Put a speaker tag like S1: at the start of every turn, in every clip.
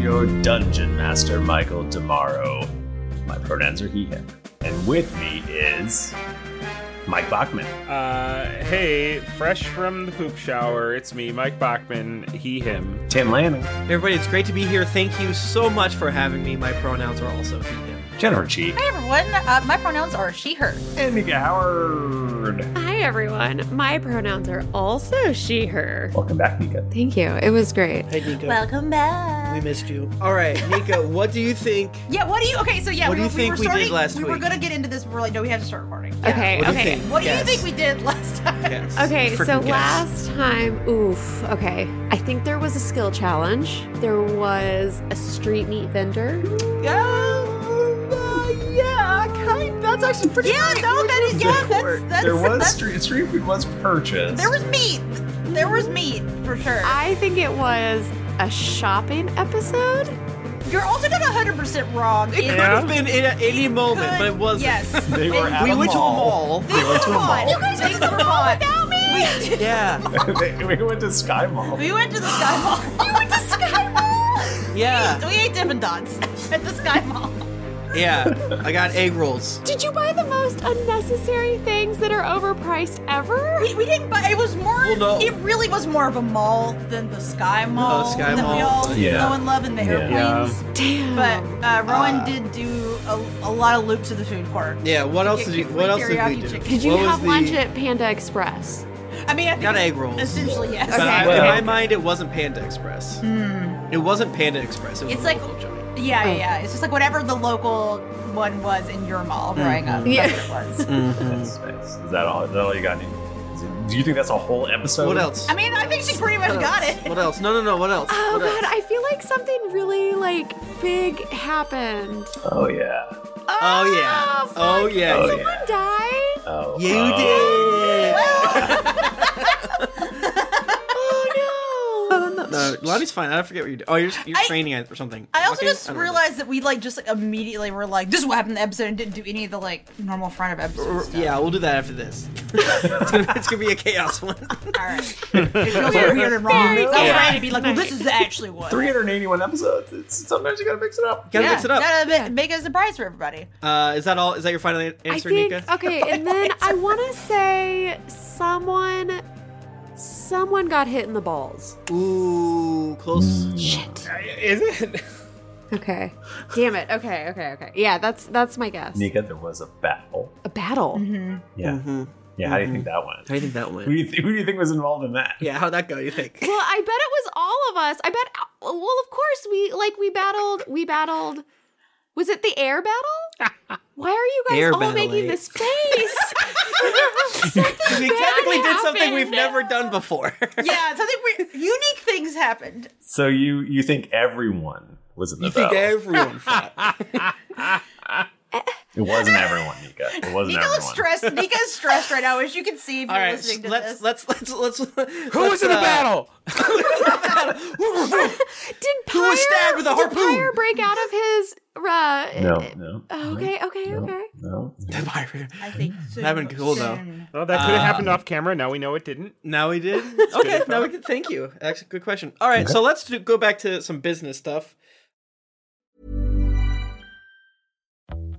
S1: your dungeon master, Michael Demaro. My pronouns are he, him. And with me is Mike Bachman.
S2: Uh, hey, fresh from the poop shower, it's me, Mike Bachman, he, him.
S1: Tim Lanning.
S3: Everybody, it's great to be here. Thank you so much for having me. My pronouns are also he, him.
S1: Jennifer Cheek.
S4: Hi everyone, uh, my pronouns are she, her.
S1: And Mika Howard.
S5: Hi, everyone. My pronouns are also she, her.
S1: Welcome back, Mika.
S5: Thank you. It was great.
S6: Hey, Nico.
S4: Welcome back.
S3: Uh,
S6: we missed you.
S3: All right, Nika, what do you think?
S4: Yeah, what do you? Okay, so yeah,
S3: What
S4: we,
S3: do you
S4: we
S3: think
S4: were
S3: we did
S4: starting.
S3: last
S4: we were
S3: week?
S4: gonna get into this. We're like, no, we have to start recording.
S5: Okay,
S3: What do you
S5: okay.
S3: think?
S4: What
S3: Yes.
S4: do you think we did last time?
S3: Yes.
S5: Okay,
S3: Freaking
S5: so
S3: guess.
S5: last time, oof, okay. I think there was a skill challenge. There was a street meat vendor.
S4: Yeah, yeah, kind. That's actually pretty. Yeah, no, that is. Yeah, that's, that's
S1: there was
S4: that's-
S1: street, street food was purchased.
S4: there was meat. There was meat for sure.
S5: I think it was a shopping episode.
S4: You're also not 100 percent wrong.
S3: It could have been in a- any moment, but it wasn't.
S4: Yes,
S1: They were at
S3: We
S1: a
S3: went to a
S1: mall.
S3: mall.
S4: They were caught. You guys went to the mall without me. We, did.
S3: yeah,
S1: They- we went to Sky Mall.
S4: we went to the Sky
S5: Oh,
S4: Mall. you went to Sky Mall.
S3: yeah,
S4: We ate Dippin' Dots at the Sky Mall.
S3: yeah. I got egg rolls.
S5: Did you buy the most unnecessary things that are overpriced ever?
S4: We, we didn't buy. It was more.
S3: Well, no.
S4: It really was more of a mall than the Sky Mall
S3: Sky
S4: that we
S3: Mall,
S4: all
S1: yeah.
S4: know and love in the
S1: Yeah.
S4: airplanes.
S5: Damn.
S4: But uh, Rowan
S3: Uh,
S4: did do a, a lot of loops to the food court.
S3: Yeah. What
S4: To
S3: else
S4: get
S3: did you?
S4: free
S3: What else did we
S4: teriyaki
S3: do?
S4: chicken.
S5: Did you
S3: What was
S5: have lunch
S3: the-
S5: at Panda Express?
S4: I mean, I think
S3: Got
S4: it's
S3: egg rolls.
S4: Essentially, yes. Hmm.
S3: But I,
S1: Well-
S3: in my mind, it wasn't Panda Express. It wasn't Panda Express. It was
S4: It's
S3: a
S4: like-
S3: local joint.
S4: Yeah, yeah,
S5: Oh.
S4: yeah. It's just like whatever the local one was in your mall growing up.
S5: Mm-hmm. Yeah.
S4: That's what it was.
S1: That's- that's- Is that all? Is that all you got? Nick? Do you think that's a whole episode?
S3: What else?
S4: I mean, I think she pretty much
S3: What
S4: got
S3: else?
S4: it.
S3: What else? No, no, no. What else?
S5: Oh
S3: What
S5: god,
S3: else?
S5: I feel like something really like big happened.
S1: Oh yeah.
S3: Oh yeah. Oh yeah.
S1: Oh,
S5: Someone died?
S1: Oh.
S3: You
S1: oh.
S5: Oh
S3: did. No, Lonnie's fine. I forget what you do. Oh, you're, you're
S4: I-
S3: training it or something.
S4: I also
S3: Okay,
S4: just
S3: don't know.
S4: realized that we like just like immediately were like, this is what happened in the episode and didn't do any of the like normal front of episode stuff.
S3: Yeah, we'll do that after this. it's, gonna, it's gonna be a chaos one.
S4: All right. It feels weird and wrong.
S5: Very
S4: It's all
S3: good.
S4: right to be like, well, this is actually what.
S1: 381 episodes. It's, sometimes you gotta mix it up.
S3: Gotta mix it up.
S4: Gotta ma- make it a surprise for everybody.
S3: Uh, is that all? Is that your final an-
S5: I
S3: answer,
S5: think
S3: Nika?
S5: okay, and then I wanna say someone someone got hit in the balls.
S3: Ooh, close.
S5: Shit.
S2: Is Uh, it?
S5: Okay. Damn it. Okay, okay, okay. Yeah, that's that's my guess.
S1: Nika, there was a battle.
S5: A battle.
S3: Mm-hmm.
S1: Yeah. Yeah. How do you think that went?
S3: How do you think that
S1: Who do
S3: went?
S1: you, th- who do you think was involved in that?
S3: Yeah, how'd that go? You think?
S5: Well, I bet it was all of us. I bet well, of course we like we battled we battled was it the air battle? Why are you guys
S3: Air eh?
S5: all making
S3: ballet.
S5: this face? Something
S3: We
S5: bad
S3: technically did something
S5: happened.
S3: we've never done before.
S4: Yeah, something weird. unique things happened.
S1: So you you think everyone was in the
S3: you think
S1: battle?
S3: everyone fought?
S1: it wasn't everyone, Nika. It wasn't
S4: Nika
S1: everyone.
S4: looks stressed. Nika is stressed right now, as you can see if
S3: All
S4: you're
S3: right,
S4: listening to
S3: let's,
S4: this.
S3: let's let's let's uh,
S2: Who was in the battle?
S5: Did Pyre,
S3: Who was stabbed with a
S5: did
S3: harpoon?
S5: Pyre break out of his uh
S1: no, no.
S5: Okay, okay,
S1: no,
S5: okay.
S1: No.
S3: battle?
S4: I think soon.
S3: That'd been cool, though. Uh,
S4: soon.
S2: Well, that could have happened off camera. Now we know it didn't.
S3: Now we did. okay, now we can. Thank you. Actually, good question. All right, so let's do, go back to some business stuff.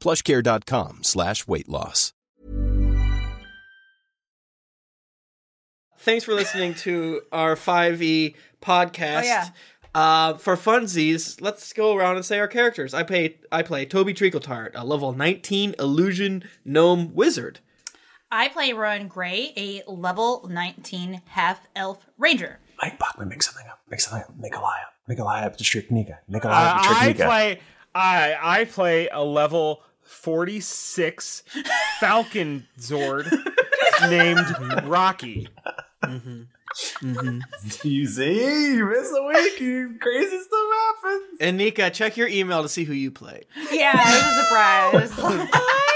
S6: plushcare.com slash weight loss.
S3: Thanks for listening to our 5e podcast.
S4: Oh, yeah.
S3: Uh, for funsies, let's go around and say our characters. I play I play Toby Treacletart, a level 19 illusion gnome wizard.
S4: I play Rowan Gray, a level 19 half elf ranger.
S1: Mike Bachman, make something up. Make something up. Make a lie up. Make a lie up to trick Nika. Make a lie
S2: Uh,
S1: up to trick
S2: I
S1: Nika.
S2: play I I play a level 46 Falcon Zord named Rocky.
S1: You see, you miss a week, you crazy stuff happens.
S3: And Nika, check your email to see who you play.
S4: Yeah, it was a surprise.
S5: I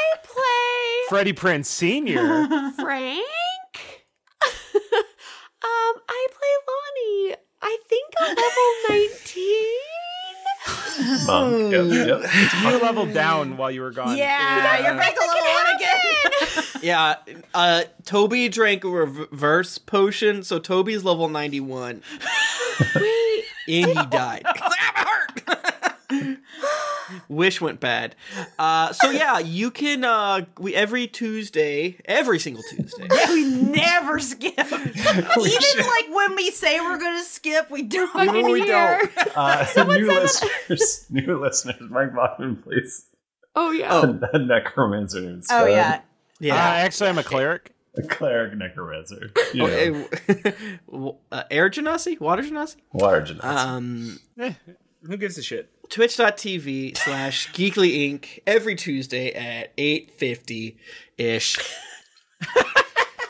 S2: Freddie Prince Sr.
S5: play Frank. um, I play Lonnie. I think I'm level 19.
S1: Monk. Yep, yep.
S2: you leveled down while you were gone.
S4: yeah, you're back to level one again.
S3: Yeah, uh, Toby drank a reverse potion, so Toby's level 91. and he died. Wish went bad. Uh, so yeah, you can uh, we every Tuesday, every single Tuesday.
S4: we never skip. Even like when we say we're gonna skip, we don't.
S5: Fucking here.
S1: Uh, new listeners, new listeners, Mike Bachman plays
S5: Oh, yeah.
S1: a necromancer named
S4: Oh
S1: Scud.
S4: yeah.
S2: Uh,
S3: Yeah.
S2: actually, I'm a cleric.
S1: a cleric necromancer. You
S3: Oh,
S1: know,
S3: eh, w- uh, air genasi? Water genasi?
S1: water genasi.
S3: Um,
S2: Eh, Who gives a shit?
S3: twitch.tv slash geekly inc every tuesday at 8.50 ish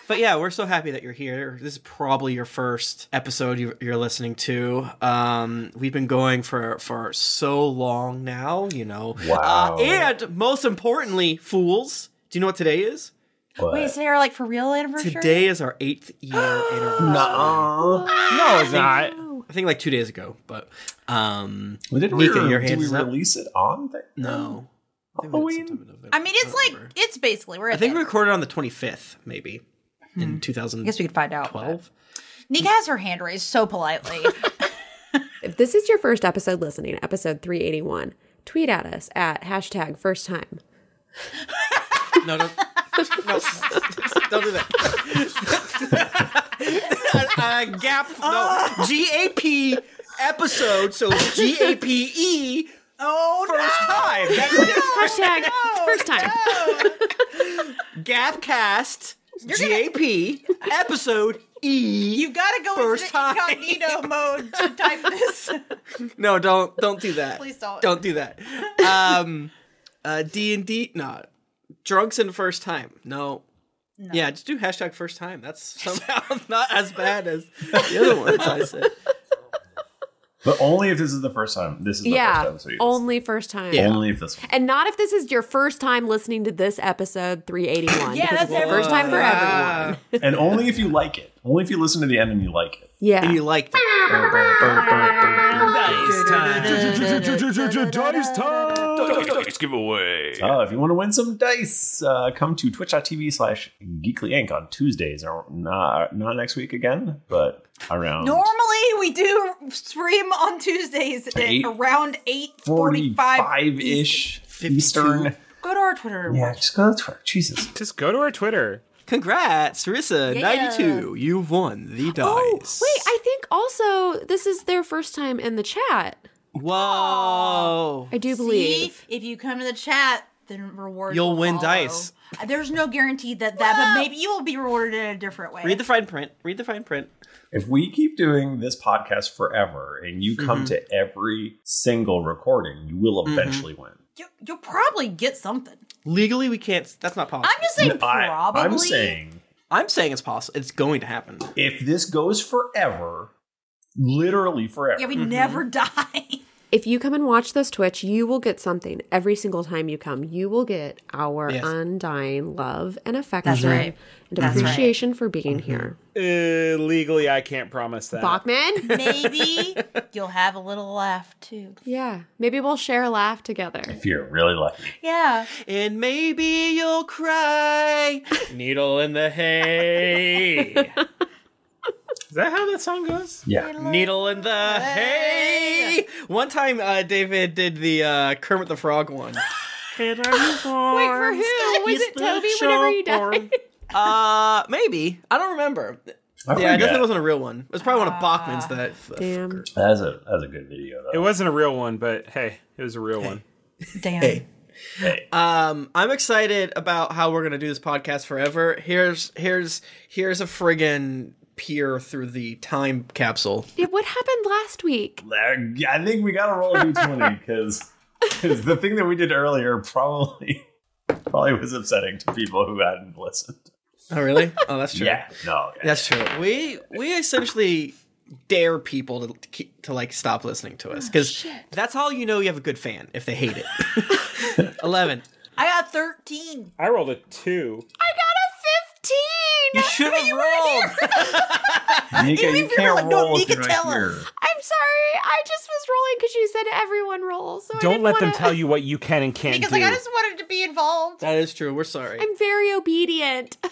S3: but yeah we're so happy that you're here this is probably your first episode you- you're listening to um, we've been going for for so long now you know
S1: Wow.
S3: uh, and most importantly fools do you know what today is
S1: but-
S4: Wait, so you're like for real anniversary?
S3: today is our eighth year anniversary
S1: Nuh-uh.
S2: No, it's not.
S3: i think like two days ago but um
S1: Well, didn't
S3: Nika,
S1: we, re-
S3: your
S1: did
S3: hands
S1: we
S3: is up.
S1: release it on? Thing?
S3: no I think we did
S1: Halloween?
S3: sometime in November.
S4: I mean, it's like it's basically we're.
S3: Uh, I think we recorded on the 25th, maybe in
S4: Hmm. I guess
S3: 2012.
S4: we could find out. Nika has her hand raised so politely.
S7: If this is your first episode listening, episode 381, tweet at us at hashtag first time.
S3: No, don't, no, don't do that. uh, gap, no, G A P episode. So G A P E. Oh, first
S7: Hashtag first time.
S3: time. Gap cast. G A P episode E.
S4: You've got to go
S3: First
S4: into the
S3: time.
S4: incognito mode to type this.
S3: No, don't don't do that.
S4: Please don't.
S3: Don't do that. Um uh D and D no. Drunks in first time. No. Yeah, just do hashtag first time. That's somehow not as bad as the other ones I said.
S1: But only if this is the first time. This is the
S7: Yeah,
S1: first time. So
S7: only first time.
S1: only if this.
S7: And not if this is your first time listening to this episode 381.
S4: Yeah,
S7: because
S4: that's
S7: it's the first time for everyone.
S1: and only if you like it. Only if you listen to the end and you like it.
S3: And you
S7: Yeah.
S3: like that.
S2: Dice time.
S1: Uh, if you want to win some dice, uh, come to twitch.tv slash geeklyinc on Tuesdays. Or not, not next week again, but around.
S4: Normally, we do stream on Tuesdays at
S1: Eight
S4: around eight forty-five.
S1: 45 ish Eastern.
S4: Go to our Twitter.
S1: Yeah, just go to Twitter. Jesus.
S2: Just go to our Twitter.
S3: Congrats, Sarissa, 92. You've won the dice.
S7: Oh, wait, I think also this is their first time in the chat.
S3: Whoa.
S7: I do
S4: See,
S7: believe.
S4: if you come to the chat, then rewards.
S3: You'll
S4: will
S3: win
S4: follow.
S3: dice.
S4: There's no guarantee that that, but maybe you will be rewarded in a different way.
S3: Read the fine print. Read the fine print.
S1: If we keep doing this podcast forever and you come
S3: Mhm.
S1: to every single recording, you will
S3: Mhm.
S1: eventually win.
S4: You'll probably get something.
S3: Legally, we can't. That's not possible.
S4: I'm just saying No, I- I'm probably. saying-
S3: I'm saying it's possible. It's going to happen.
S1: If this goes forever, literally forever.
S7: Yeah, we
S4: Mm-hmm. never
S3: Mm-hmm.
S4: die.
S7: If you come and watch this Twitch, you will get something every single time you come. You will get our
S3: Yes.
S7: undying love and affection
S2: That's right.
S7: and
S2: That's right.
S7: appreciation for being here.
S2: Uh, legally, I can't promise that.
S7: Bachman?
S4: Maybe you'll have a little laugh too.
S7: Yeah. Maybe we'll share a laugh together.
S1: If you're really lucky.
S4: Yeah.
S3: And maybe you'll cry. Needle in the hay. Is
S2: that how that song goes?
S1: Yeah.
S3: Needle in the hay. One time, uh, David did the uh, Kermit the Frog one. Wait for
S5: who? Was it Toby whenever he died?
S3: uh, maybe. I don't remember.
S1: I
S3: yeah, I guess
S1: forget.
S3: it wasn't a real one. It was probably
S5: Ah,
S3: one of Bachman's that. Damn.
S1: That's a that's a good video though.
S2: It wasn't a real one, but hey, it was a real one.
S4: Damn.
S3: Um, I'm excited about how we're gonna do this podcast forever. Here's here's here's a friggin' peer through the time capsule.
S5: Yeah, what happened last week?
S1: I think we gotta roll a d20 because the thing that we did earlier probably probably was upsetting to people who hadn't listened.
S3: Oh really? Oh, that's true.
S1: Yeah, no,
S3: that's true. We we essentially dare people to keep- to like stop listening to
S4: Oh,
S3: us because that's how you know you have a good fan if they hate it. Eleven.
S4: I got 13.
S2: I rolled a two.
S5: I got a 15!
S3: You should have rolled.
S1: Nika,
S5: Even
S1: you
S5: if you're
S1: can't
S5: like, no,
S1: roll if
S5: Nika,
S1: you're not
S5: tell us.
S1: here.
S5: I'm sorry. I just was rolling because you said everyone rolls. So I
S2: Don't
S5: didn't
S2: let them
S5: wanna-
S2: tell you what you can and can't
S5: Because,
S2: do.
S5: like, I
S4: I just wanted to be involved.
S3: That is true. We're sorry.
S5: I'm very obedient.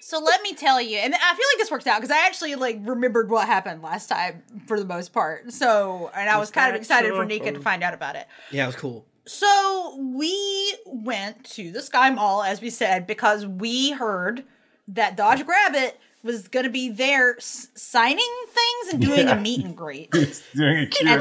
S4: So let me tell you, and I feel like this works out because I actually like remembered what happened last time for the most part. So, and I was,
S3: Was
S4: kind of
S3: that
S4: excited
S3: true?
S4: for Nika to find out about it.
S3: Yeah, it was cool.
S4: So we went to the Sky Mall, as we said, because we heard that Dodge Grabbit was going to be there s- signing things and doing
S1: Yeah.
S4: a meet and greet.
S1: Doing a Q&A.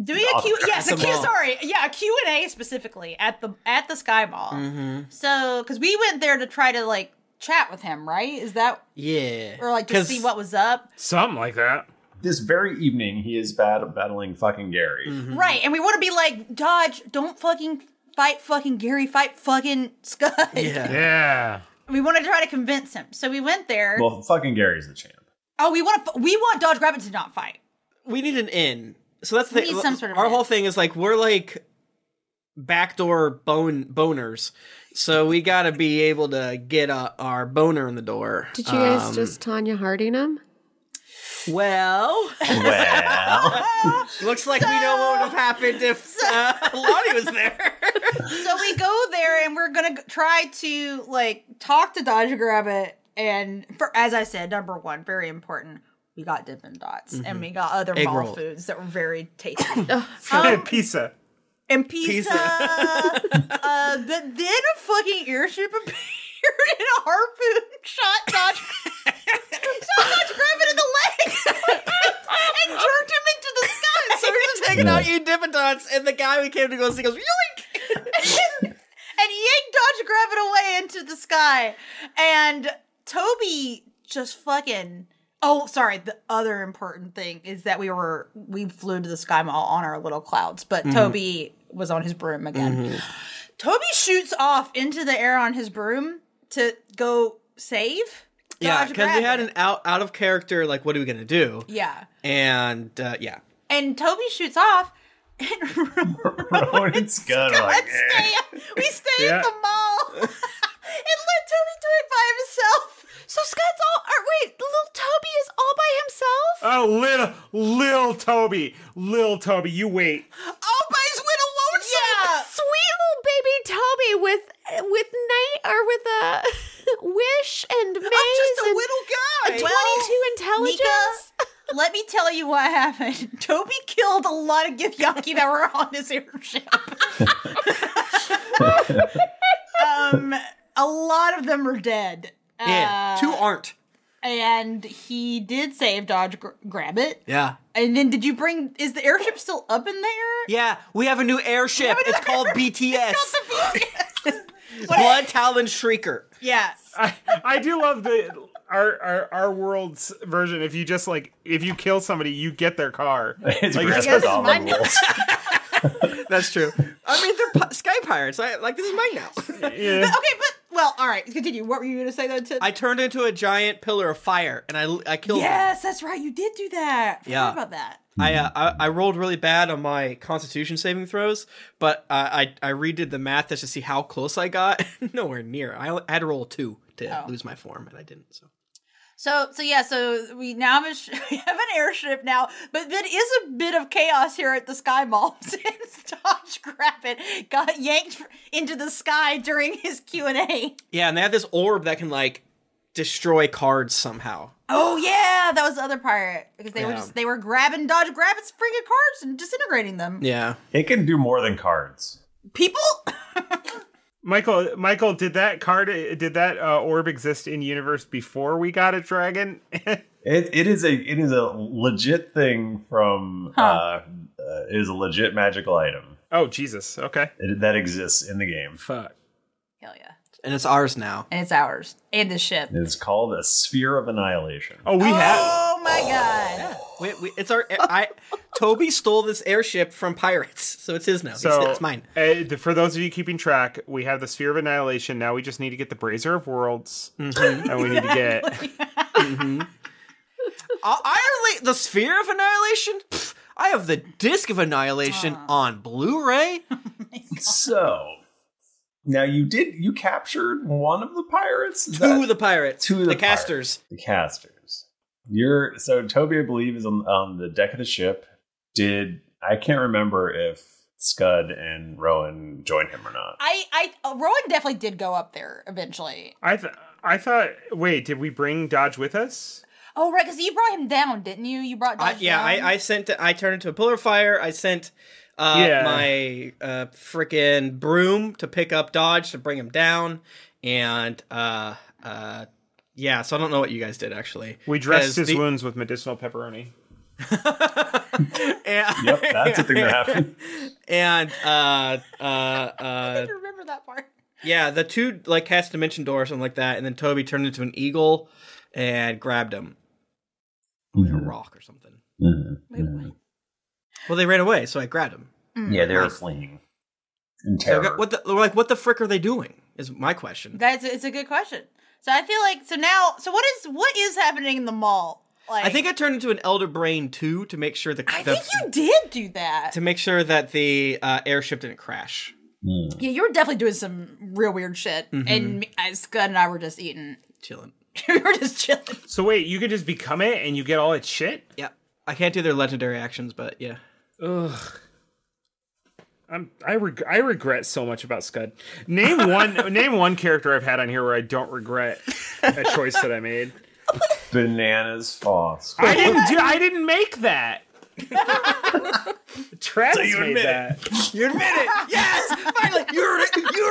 S4: Doing
S1: Oh,
S4: a Q,
S1: at
S4: yes,
S1: the
S4: a Q.
S1: mall.
S4: Sorry, yeah, a Q and A specifically at the at the Sky Mall.
S1: Mm.
S3: Mm-hmm.
S4: So, because we went there to try to like chat with him, right? Is that
S3: Yeah.
S4: or like to see what was up,
S2: Something like that.
S1: This very evening, he is bad battling fucking Gary.
S3: Mm-hmm.
S4: right? And we want to be like Dodge, don't fucking fight fucking Gary, fight fucking Scud.
S1: Yeah.
S2: Yeah.
S4: We want to try to convince him, so we went there.
S1: Well, fucking Gary's the champ.
S4: oh, we want to, we want Dodge Rabbit to not fight.
S3: we need an in. So that's the
S4: We
S3: thing.
S4: need some sort of
S3: Our
S4: in.
S3: whole thing is like we're like backdoor bone boners. So we gotta be able to get uh, our boner in the door.
S7: Did you guys
S3: Um,
S7: just Tanya Harding him?
S3: Well,
S1: well,
S3: looks like we know what would have happened if uh, Lonnie was there.
S4: so we go there and we're gonna g- try to like talk to Dodge Rabbit, and for as I said, number one, very important. We got Dippin' Dots, and
S2: Mhm.
S4: we got other
S2: Egg
S4: mall
S2: roll.
S4: foods that were very tasty. Um,
S2: Pizza.
S4: and pizza. uh, but then a fucking airship appeared and a harpoon shot Dodge. shot Dodge Griffin in the leg and jerked him into the sky.
S3: so we're just hanging out eating Dippin' Dots, and the guy we came to go see goes, "Yoink!"
S4: and yanked Dodge Gravit away into the sky. And Toby just fucking. Oh, sorry. The other important thing is that we were we flew to the sky mall on our little clouds, but
S3: Mm-hmm.
S5: Mhm.
S4: Toby was on his broom again.
S8: Mm-hmm.
S4: Toby shoots off into the air on his broom to go save.
S3: Yeah,
S4: Dodge
S3: because we had
S4: Gravit.
S3: an out out of character. Like, what are we gonna do?
S4: yeah,
S3: And uh, yeah,
S4: and Toby shoots off.
S1: Rowan's Oh, good. Like, eh.
S4: Let's stay. We stay
S1: Yeah.
S4: at the mall and let Toby do it by himself.
S5: So Scott's all. Or wait, little Toby is all by himself?
S2: Oh, little, little Toby, little Toby, you wait.
S5: all by his little Yeah. oh, Sweet little baby Toby with with night or with a wish and maze. I'm just a little
S4: guy.
S5: A 22
S4: Well,
S5: intelligence.
S4: Let me tell you what happened. Toby killed a lot of Githyanki that were on his airship. um, a lot of them are dead.
S3: yeah,
S4: Uh,
S3: two aren't.
S4: And he did save Dodge Gr- Grabbit.
S3: Yeah,
S4: And then did you bring? Is the airship still up in there?
S3: yeah. We have a new airship. It's called BTS. Blood Talon Shrieker.
S4: Yes.
S2: I, I do love the our, our our world's version. If you just like if you kill somebody, you get their car.
S1: It's
S2: like,
S1: Grand
S2: just-
S1: Theft Auto rules.
S3: That's true. I mean, they're pi- sky pirates. I like this is mine now. Oh,
S4: Okay, but well, all right. Continue. What were you going to say though? To
S3: I turned into a giant pillar of fire and I I killed. them.
S4: yes, that's right. You did do that. Forgot
S3: Yeah.
S4: about that.
S3: I, uh, I I rolled really bad on my Constitution saving throws, but uh, I I redid the math just to see how close I got. Nowhere near. I, only- I had to roll a two to lose my form, and I didn't. So
S4: So so yeah. So we now have a sh- we have an airship now, but it is a bit of chaos here at the Sky Mall since Dodge Grabbit got yanked fr- into the sky during his Q and A.
S3: yeah, and they have this orb that can like destroy cards somehow.
S4: Oh yeah, that was the other part because they were
S3: Yeah.
S4: just they were grabbing Dodge Grabbit's freaking cards and disintegrating them.
S3: Yeah.
S1: It can do more than cards.
S4: People,
S2: Michael, Michael, did that card, did that uh, orb exist in universe before we got a dragon?
S1: It, it is a it is a legit thing from
S2: Huh.
S1: uh, uh, it is a legit magical item
S2: oh Jesus! Okay,
S1: it, that exists in the game.
S2: Fuck.
S4: hell yeah,
S3: And it's ours now.
S4: and it's ours and the ship.
S1: It's called a sphere of annihilation.
S2: Oh, we
S4: Oh my god.
S3: We, we, it's our I Toby stole this airship from pirates, so it's his now. It's-
S2: So
S3: it's, mine.
S2: uh, th- for those of you keeping track, we have the Sphere of Annihilation. Now we just need to get the Brazier of Worlds,
S3: Mm-hmm.
S2: and we need to get Mm-hmm.
S3: I, I relate the sphere of annihilation. Pff, I have the disc of annihilation on Blu-ray.
S1: So now you did you captured one of the pirates? Is
S3: Two
S1: that-
S3: of the pirates,
S1: Two
S3: the,
S1: of the
S3: casters.
S1: the casters. You're so Toby, I believe, is on, on the deck of the ship. Did I can't remember if Scud and Rowan joined him or not.
S4: I, I, uh, Rowan definitely did go up there eventually.
S2: I th- I thought. Wait, did we bring Dodge with us?
S4: Oh, right, because you brought him down, didn't you? You brought
S3: I,
S4: Dodge
S3: yeah,
S4: down.
S3: I, I sent. I turned into a pillar of fire. I sent uh,
S2: Yeah.
S3: my uh, freaking broom to pick up Dodge to bring him down, and uh, uh, yeah. So I don't know what you guys did actually.
S2: We dressed
S3: 'Cause
S2: his
S3: the-
S2: wounds with medicinal pepperoni.
S3: and-
S1: Yep, that's a thing that happened.
S3: And uh, uh, uh,
S4: I remember that part.
S3: yeah, the two like cast dimension door or something like that, and then Toby turned into an eagle and grabbed him, like
S1: Mm.
S3: a rock or something.
S4: Mm-hmm.
S3: Well, they ran away, so I grabbed him.
S4: Mm.
S1: Yeah, they were fleeing in
S3: So I
S1: terror.
S3: got- what the like? What the frick are they doing? Is my question.
S4: That's it's a good question. So I feel like so now. So what is what is happening in the mall? Like
S3: I think I turned into an elder brain too to make sure the,
S4: I
S3: the
S4: think you did do that.
S3: to make sure that the uh, airship didn't crash.
S1: Mm.
S4: yeah, you were definitely doing some real weird shit,
S3: Mm-hmm.
S4: and me, I, Scud and I were just eating.
S3: Chilling.
S4: we were just chilling.
S2: So wait, you could just become it and you get all its shit?
S3: Yeah, I can't do their legendary actions, but yeah.
S2: Ugh. I'm, I reg- I regret so much about Scud. Name one name one character I've had on here where I don't regret a choice that I made.
S1: Bananas Foss.
S2: I didn't do I didn't make that. Travis
S1: you
S2: made
S1: admit it.
S2: that.
S3: You admit it. Yes, finally, you heard it. You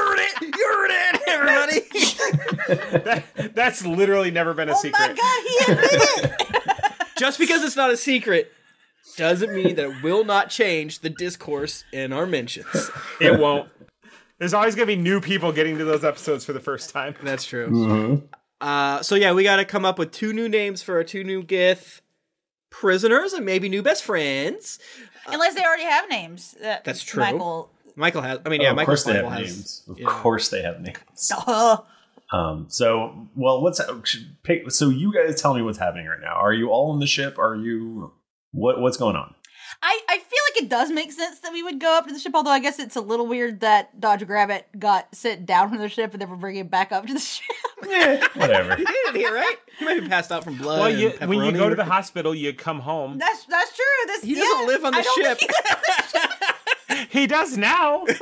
S3: heard it. You heard it, everybody.
S2: That's literally never been a
S4: Oh
S2: secret.
S4: my god, he admitted it.
S3: Just because it's not a secret doesn't mean that it will not change the discourse in our mentions.
S2: It won't. There's always gonna be new people getting to those episodes for the first time.
S3: That's true.
S1: Mm-hmm.
S3: Uh, so yeah, we got to come up with two new names for our two new Gith prisoners and maybe new best friends.
S4: Unless they already have names. Uh,
S3: That's true.
S4: Michael.
S3: Michael has. I mean,
S1: Oh,
S3: yeah,
S1: of
S3: Michael
S1: course they
S3: Flannel
S1: have
S3: has.
S1: names. Of
S3: yeah.
S1: course they have names.
S4: Duh.
S1: Um, so, well, what's should pick, so? You guys tell me what's happening right now. Are you all on the ship? Are you what? What's going on?
S4: I, I feel like it does make sense that we would go up to the ship, although I guess it's a little weird that Dodge Grabbit got sent down from the ship and then we're bringing it back up to the ship.
S1: Whatever.
S3: You did it here, right? You might be passed out from blood.
S2: Well,
S3: and
S2: you, when you
S3: pepperoni.
S2: go to the hospital, you come home.
S4: That's that's true. This,
S3: He doesn't
S4: yeah,
S3: live on the
S4: I don't
S3: ship.
S4: think he-
S2: He does now.
S3: this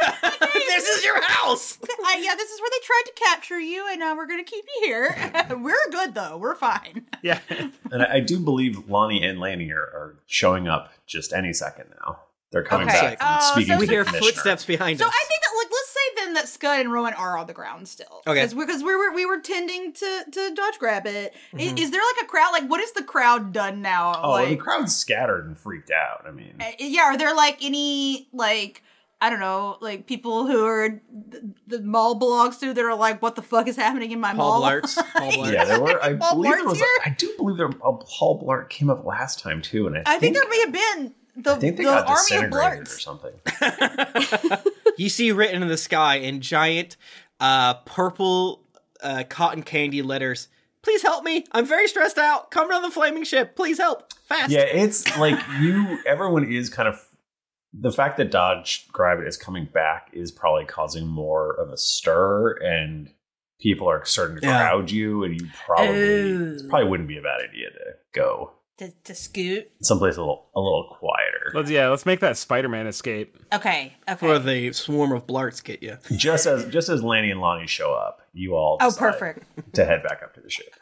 S3: is your house.
S4: I- yeah, this is where they tried to capture you, and uh, we're gonna keep you here. we're good though. We're fine.
S2: Yeah.
S1: And I, I do believe Lonnie and Lanny are, are showing up just any second now. They're coming
S4: Okay.
S1: back. From
S4: Oh,
S1: speaking
S4: so
S1: to
S4: we
S1: the
S3: Hear
S1: commissioner.
S3: footsteps behind
S4: So
S3: us.
S4: I think that like let's say then that Scud and Rowan are on the ground still.
S3: Okay.
S4: Because we were we were tending to to Dodge Grabbit. I-
S3: Mm-hmm.
S4: Is, there like a crowd? Like what is the crowd done now?
S1: Oh,
S4: like, eh,
S1: the crowd's scattered and freaked out. I mean,
S4: Uh, yeah are there like any like I don't know, like people who are th- the mall belongs to that are like, what the fuck is happening in my
S3: Paul
S4: mall?
S3: Blart's. Paul Blart's.
S1: Yeah, there were. I
S4: Paul
S1: believe there
S4: Blart's
S1: was. I do believe there. A Paul Blart came up last time too, and I,
S4: I
S1: think,
S4: think there may have been the,
S1: I think they
S4: the
S1: got
S4: army of
S1: disintegrated or
S4: Blarts.
S1: something.
S3: you see written in the sky in giant uh, purple uh, cotton candy letters. Please help me! I'm very stressed out. Come to the flaming ship. Please help fast.
S1: Yeah, it's like you. Everyone is kind of the fact that Dodge Gravit is coming back is probably causing more of a stir, and people are starting to
S3: Yeah.
S1: crowd you, and you probably it probably wouldn't be a bad idea to go
S4: To, to scoot.
S1: someplace a little a little quieter.
S2: Let's yeah, let's make that Spider-Man escape.
S4: Okay. Okay.
S3: Before the swarm of blarts get you.
S1: Just as just as Lanny and Lonnie show up, you all
S4: Oh,
S1: decide
S4: perfect.
S1: to head back up to the ship.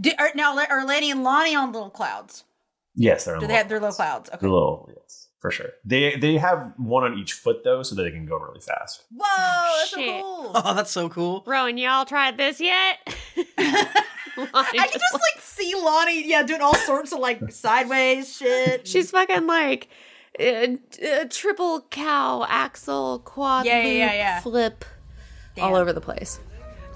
S4: Do, are, now are Lanny and Lonnie on little clouds?
S1: Yes, they're in
S4: Do
S1: the
S4: they have their little clouds? Okay.
S1: They're little, yes, for sure. They they have one on each foot though, so that they can go really fast.
S4: Whoa, that's
S5: Shit.
S4: so cool.
S3: Oh, that's so cool.
S5: Rowan, y'all tried this yet?
S4: I can just like see Lonnie, yeah, doing all sorts of like sideways shit.
S5: She's fucking like uh, uh, triple cow, axle, quad,
S4: Yeah, yeah, yeah,
S5: loop,
S4: yeah.
S5: flip, all over the place.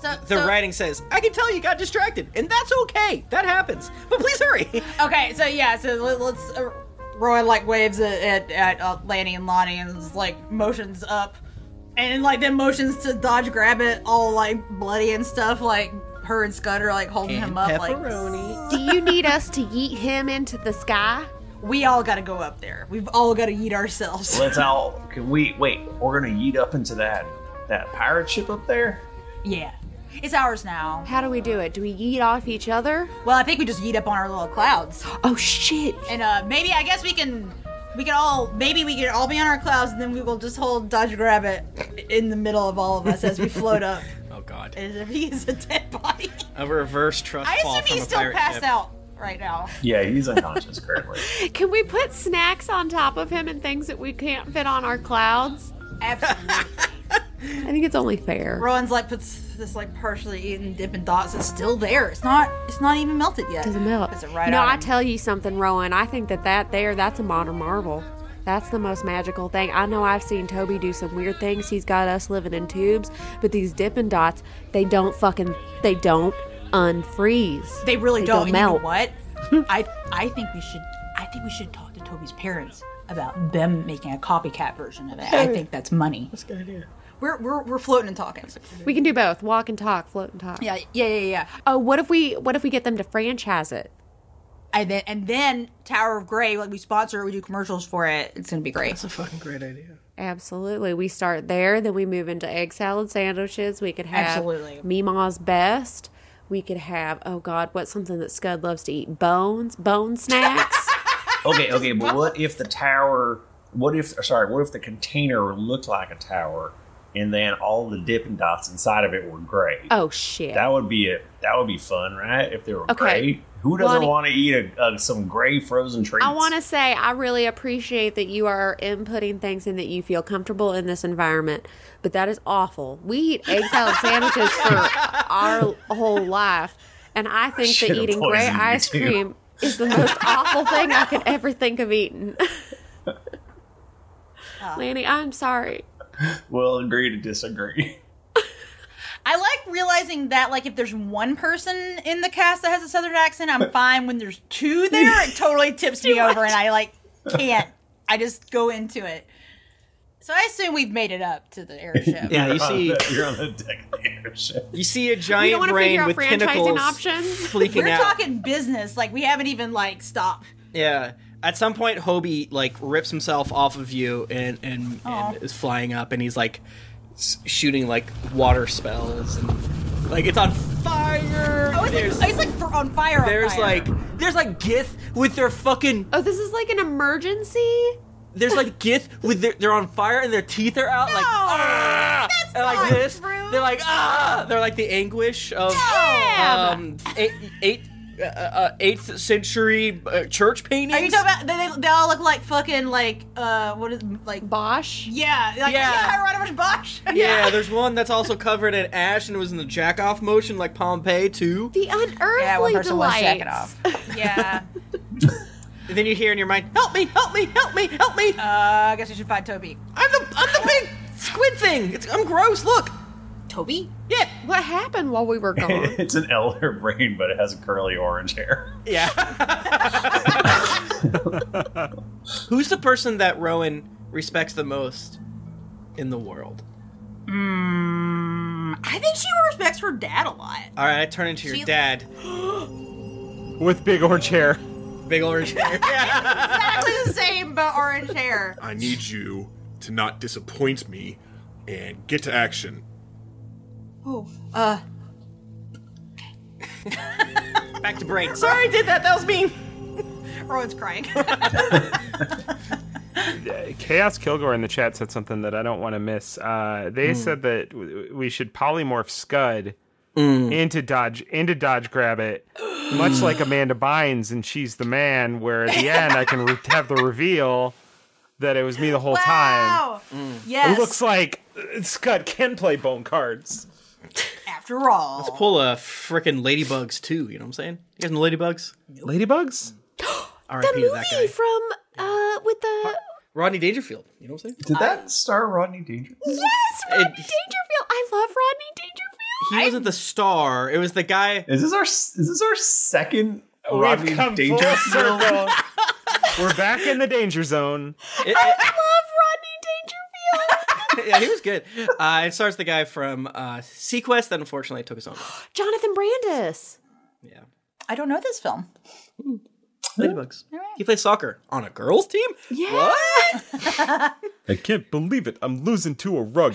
S4: So,
S3: The
S4: so-
S3: writing says, "I can tell you got distracted, and that's okay. That happens. But please hurry."
S4: Okay, so yeah, so let- let's. Uh, Roy like waves at at, at uh, Lanny and Lonnie and is, like motions up, and like then motions to Dodge grab it, all like bloody and stuff. Like her and Scud are like holding him up. Like
S5: Do you need us to yeet him into the sky?
S4: we all got to go up there. We've all got to eat ourselves.
S1: Let's all can we wait, we're gonna yeet up into that that pirate ship up there?
S4: yeah, it's ours now.
S5: How do we do it? Do we yeet off each other?
S4: Well, I think we just eat up on our little clouds,
S5: Oh shit!
S4: and uh maybe I guess we can. We can all maybe we can all be on our clouds, and then we will just hold Dodge grab it in the middle of all of us as we float up,
S3: Oh God,
S4: as if he is a dead body.
S3: a reverse trust
S4: I
S3: fall
S4: assume
S3: from
S4: he's
S3: a
S4: still
S3: pirate
S4: passed
S3: ship.
S4: out right now.
S1: Yeah, he's unconscious currently.
S5: Can we put snacks on top of him and things that we can't fit on our clouds?
S4: Absolutely.
S7: I think it's only fair.
S4: Rowan's like puts this like partially eaten dip and dots. It's still there. It's not. It's not even melted yet.
S7: Doesn't melt.
S4: Puts it right
S7: no,
S4: on
S7: I
S4: him.
S7: tell you something, Rowan. I think that that there, that's a modern marvel. That's the most magical thing. I know I've seen Toby do some weird things. He's got us living in tubes, but these Dippin' Dots, they don't fucking, they don't unfreeze.
S4: they really don't. And
S7: melt.
S4: You know what? I I think we should. I think we should talk to Toby's parents about them making a copycat version of it. I think that's money. That's a good idea. We're we're we're floating and talking.
S7: We can do both: walk and talk, float and talk.
S4: Yeah, yeah, yeah, yeah.
S7: Oh, what if we, what if we get them to franchise it?
S4: And then and then Tower of Grey, like we sponsor, it, we do commercials for it. It's gonna be great.
S3: Fucking great idea.
S7: Absolutely. We start there, then we move into egg salad sandwiches. We could have
S4: Absolutely.
S7: Mima's best. We could have oh god, what's something that Scud loves to eat? Bones, bone snacks.
S1: okay, okay, but what if the tower what if sorry, what if the container looked like a tower and then all the dipping dots inside of it were gray?
S7: oh shit.
S1: That would be it. That would be fun, right? If they were
S7: Okay.
S1: gray. Who doesn't
S7: Lonnie-
S1: want to eat a, a, some gray frozen treats?
S7: I want to say I really appreciate that you are inputting things and that you feel comfortable in this environment, but that is awful. We eat egg salad sandwiches for our whole life, and I think that
S1: Should've
S7: eating gray
S1: poisoned you
S7: ice
S1: too.
S7: cream is the most awful thing I could ever think of eating.
S4: Ah.
S7: Lanny, I'm sorry.
S1: We'll agree to disagree.
S4: I like realizing that, like, if there's one person in the cast that has a southern accent, I'm fine. When there's two there, it totally tips me over, and I like can't. I just go into it. So I assume we've made it up to the airship.
S3: Yeah, you
S1: You're on
S3: see,
S1: the- you're on the deck of the airship.
S3: you see
S5: You
S3: a
S5: don't
S3: giant
S5: want to
S3: brain
S5: figure out
S3: with
S5: franchising
S3: tentacles
S5: options?
S3: fleeking
S4: We're
S3: out.
S4: talking business. Like we haven't even like stopped.
S3: Yeah. At some point, Hobie like rips himself off of you and and, and is flying up, and he's like s- shooting like water spells and like it's on fire.
S4: Oh, it's like, it's like for- on fire. on
S3: there's
S4: fire.
S3: like there's like Gith with their fucking
S5: Oh, this is like an emergency.
S3: there's like Gith with their they're on fire and their teeth are out like ah
S4: that's
S3: and like
S4: not
S3: this
S4: rude.
S3: they're like ah they're like the anguish of um eight, eight uh, uh, eighth century uh, church paintings.
S4: Are you talking about? They, they, they all look like fucking like uh what is like
S5: Bosch.
S4: yeah like
S3: Yeah.
S4: yeah Hieronymus Bosch.
S3: Yeah, there's one that's also covered in ash and it was in the jack off motion like Pompeii too.
S5: The unearthly
S4: Yeah, one person was
S5: delights.
S4: jacking off. Yeah.
S3: And then you hear in your mind, "Help me! Help me! Help me! Help me!" Uh,
S4: I guess you should find Toby.
S3: I'm the I'm the big squid thing. It's, I'm gross. Look,
S4: Toby.
S3: Yeah.
S9: What happened while we were gone?
S1: it's an elder brain, but it has curly orange hair.
S3: Yeah. Who's the person that Rowan respects the most in the world?
S4: Mm, I think she respects her dad a lot.
S3: All right, I turn into your
S4: She-
S3: dad.
S10: With big orange hair.
S3: Big orange hair.
S4: exactly the same, but orange hair.
S11: I need you to not disappoint me and get to action.
S4: Oh, uh,
S3: Back to brain. Sorry, I did that. That was mean.
S4: Rowan's crying.
S10: Chaos Kilgore in the chat said something that I don't want to miss. Uh, they
S12: Hmm.
S10: said that w- we should polymorph Scud
S3: Hmm.
S10: into dodge into dodge grab it, much like Amanda Bynes and she's the man. Where at the end I can re- have the reveal that it was me the whole
S4: wow.
S10: time.
S3: Mm.
S4: Yes.
S10: It looks like uh, Scud can play bone cards.
S4: After all,
S3: Let's pull a frickin' ladybugs too. You know what I'm saying? You guys know ladybugs?
S10: Ladybugs.
S5: the
S3: R.I.P. to that
S5: movie
S3: guy.
S5: from uh with the
S3: Rodney Dangerfield. You know what I'm saying?
S1: Did that star Rodney Dangerfield?
S5: yes Rodney
S3: It-
S5: Dangerfield. I love Rodney Dangerfield.
S3: He wasn't the star. It was the guy.
S1: Is this our is this our second
S3: We've
S1: Rodney
S3: come full
S1: Dangerfield?
S3: circle.
S10: We're back in the danger zone.
S5: I love Rodney Dangerfield.
S3: yeah, he was good. Uh, it stars the guy from uh, Sequest that unfortunately took his own life.
S5: Jonathan Brandis.
S4: I don't know this film.
S3: Ladybugs. He plays soccer on a girls' team.
S5: Yeah.
S3: What?
S10: I can't believe it. I'm losing to a rug.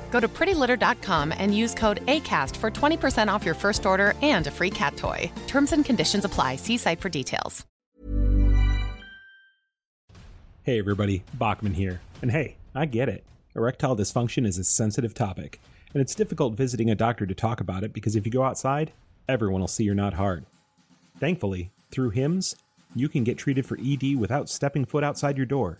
S13: Go to prettylitter.com and use code ACAST for 20% off your first order and a free cat toy. Terms and conditions apply. See site for details.
S2: Hey, everybody, Bachman here. And hey, I get it. Erectile dysfunction is a sensitive topic, and it's difficult visiting a doctor to talk about it because if you go outside, everyone will see you're not hard. Thankfully, through HIMS, you can get treated for ED without stepping foot outside your door.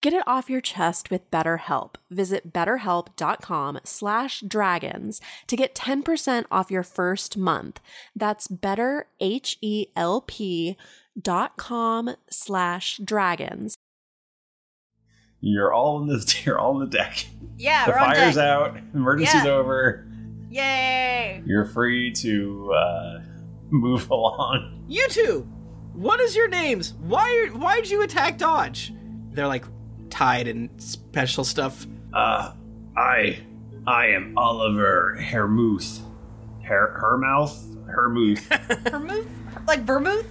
S14: Get it off your chest with BetterHelp. Visit betterhelp.com slash dragons to get 10% off your first month. That's betterhelp.com slash dragons.
S1: You're all in the you're all in the deck.
S4: Yeah,
S1: the
S4: we're on
S1: fire's
S4: deck.
S1: out. Emergency's
S4: Yeah.
S1: over.
S4: Yay!
S1: You're free to uh, move along.
S3: You two, what is your names? Why are, why'd you attack Dodge? They're like tied and special stuff.
S1: Uh, I I am Oliver Hermuth. Her Hermouth? Hermuth.
S4: Vermouth? Like vermouth?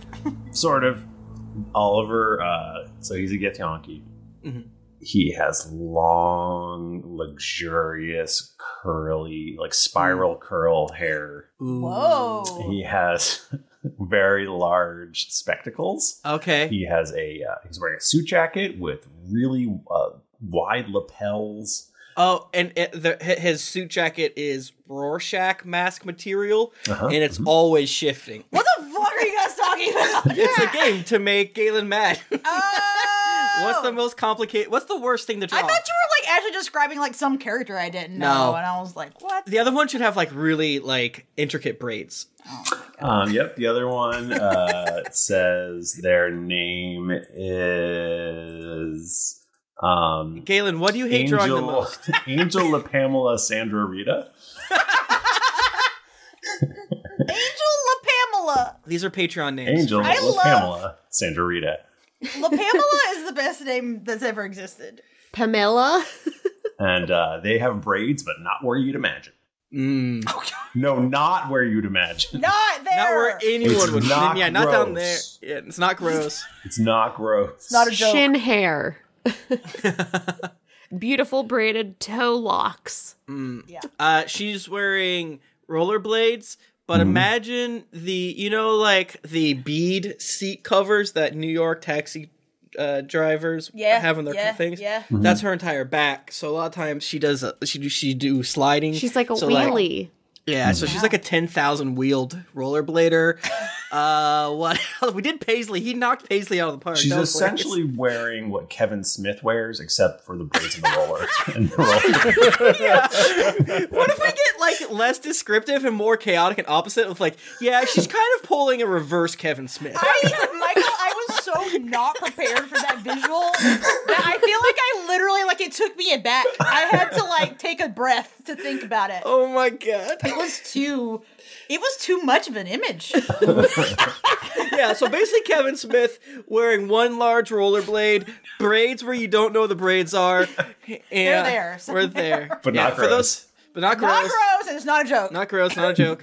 S1: sort of. Oliver, uh, so he's a Githyanki. He has long, luxurious, curly, like spiral curl hair.
S4: Whoa.
S1: He has very large spectacles.
S3: Okay.
S1: He has a uh, he's wearing a suit jacket with really uh, wide lapels.
S3: Oh, and it, the, hi- his suit jacket is Rorschach mask material,
S1: Uh-huh.
S3: and it's always shifting.
S4: What the fuck are you guys talking about?
S3: It's a game to make Galen mad. what's the most complicated? What's the worst thing to draw?
S4: Oh. I thought you were like actually describing like some character I didn't
S3: No.
S4: know, and I was like, what?
S3: the other one should have like really like intricate braids.
S1: Um, yep, the other one uh, says their name is um,
S3: Galen. What do you hate drawing the most?
S1: Angel LaPamela Sandra Rita.
S4: Angel LaPamela.
S3: These are Patreon names.
S1: Angel
S4: I love-
S1: LaPamela Sandra Rita.
S4: LaPamela is the best name that's ever existed.
S14: Pamela?
S1: And uh, they have braids, but not where you'd imagine.
S3: Mm.
S1: no, not where you'd imagine.
S4: Not there. Not where
S3: Anyone
S1: It's
S3: would.
S1: not
S3: yeah, not down there.
S1: gross.
S3: Yeah, it's not gross.
S1: It's not gross.
S4: Not a joke.
S14: Shin hair.
S5: Beautiful braided toe locks.
S3: Yeah. Uh, she's wearing rollerblades, but
S1: Mm-hmm.
S3: imagine the you know like the bead seat covers that New York taxi uh, drivers
S4: Yeah,
S3: have on their
S4: yeah,
S3: things.
S4: yeah.
S1: Mm-hmm.
S4: Mhm.
S3: That's her entire back. So a lot of times she does uh, she do she do sliding.
S14: She's like a
S3: So,
S14: wheelie.
S3: yeah, so she's like a ten thousand wheeled rollerblader. uh, what else? we did Paisley. He knocked Paisley out of the park.
S1: She's
S3: That was hilarious.
S1: essentially wearing what Kevin Smith wears, except for the braids and the roller. and the roller.
S3: What if we get like less descriptive and more chaotic and opposite of like, yeah, she's kind of pulling a reverse Kevin Smith.
S4: I, Michael, I was so not prepared for that visual that I feel like I literally like it took me aback. I had to like take a breath to think about it.
S3: Oh my god.
S4: It was too it was too much of an image.
S3: yeah, so basically Kevin Smith wearing one large rollerblade, braids where you don't know the braids are.
S4: They're
S3: And
S4: there
S3: We're there.
S4: somewhere.
S1: But not
S3: For those, but not gross.
S4: Not gross and it's not a joke.
S3: Not gross, not a joke.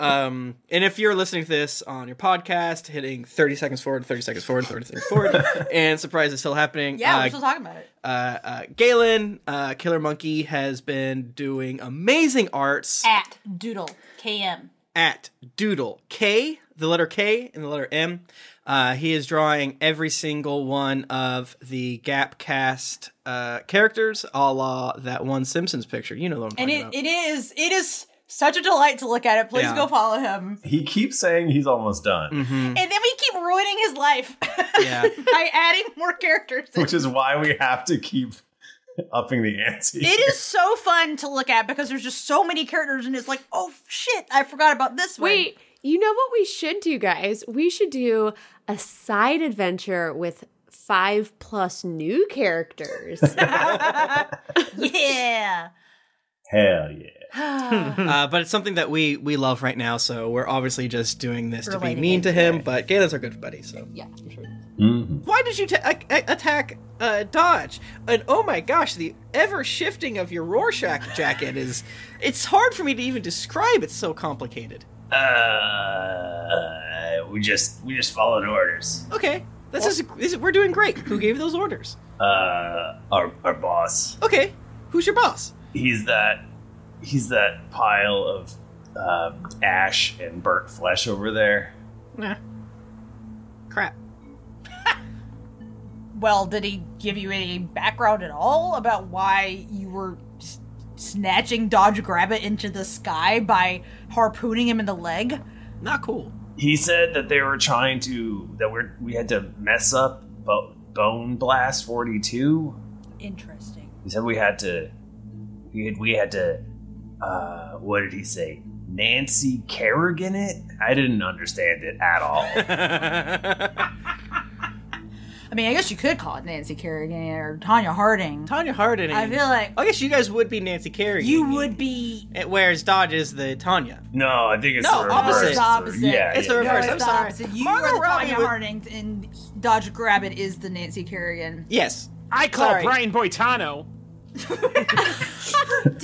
S3: um, and if you're listening to this on your podcast, hitting 30 seconds forward, 30 seconds forward, 30 seconds forward, and surprise is still happening.
S4: yeah,
S3: uh,
S4: we're still talking about it.
S3: uh, uh, Galen, uh, Killer Monkey, has been doing amazing arts
S4: At Doodle KM.
S3: at Doodle K, the letter K and the letter M. Uh, he is drawing every single one of the Gapcast uh, characters, a la that one Simpsons picture. You know what I'm
S4: And
S3: talking
S4: it, it is it is such a delight to look at it. Please
S3: Yeah.
S4: go follow him.
S1: he keeps saying he's almost done,
S4: And then we keep ruining his life
S3: Mm. Yeah.
S4: by adding more characters. in.
S1: which is why we have to keep upping the ante.
S4: It is so fun to look at because there's just so many characters, and it's like, oh shit, I forgot about this one.
S14: Wait, you know what we should do, guys? We should do a side adventure with five plus new characters.
S4: yeah.
S1: Hell yeah.
S3: uh, but it's something that we we love right now, so we're obviously just doing this to be
S4: Relating
S3: mean
S4: it
S3: to him. But Galen's our good buddy, so yeah. Why did you ta- a- a- attack uh, Dodge? And oh my gosh, the ever shifting of your Rorschach jacket is—it's hard for me to even describe. It's so complicated.
S1: Uh, we just we just followed orders.
S3: Okay, this is, this is we're doing great. Who gave those orders?
S1: Uh, our our boss.
S3: Okay, who's your boss?
S1: He's that he's that pile of uh, ash and burnt flesh over there.
S4: Nah. Crap. well, did he give you any background at all about why you were s- snatching Dodge Grabbit into the sky by harpooning him in the leg?
S3: Not cool.
S1: He said that they were trying to that we're we had to mess up Bo- Bone Blast Forty Two.
S4: Interesting.
S1: He said we had to we had, we had to uh, what did he say? Nancy Kerrigan it? I didn't understand it at all.
S4: I mean, I guess you could call it Nancy Kerrigan or Tanya Harding.
S3: Tanya Harding.
S4: I feel like
S3: I guess you guys would be Nancy Kerrigan.
S4: you would be.
S3: It- Whereas Dodge is the Tanya.
S1: no, I think it's
S3: No,
S1: the reverse.
S3: opposite. It's opposite.
S1: Yeah,
S3: It's
S1: yeah,
S3: the
S1: yeah.
S3: reverse.
S4: No,
S3: I'm
S4: it's the
S3: sorry.
S4: opposite. You
S3: Margot
S4: are the
S3: Robbie
S4: Tanya
S3: would-
S4: Harding, and Dodge Grabbit is the Nancy Kerrigan.
S3: Yes.
S2: I call
S4: Sorry.
S2: Brian Boitano.
S4: Do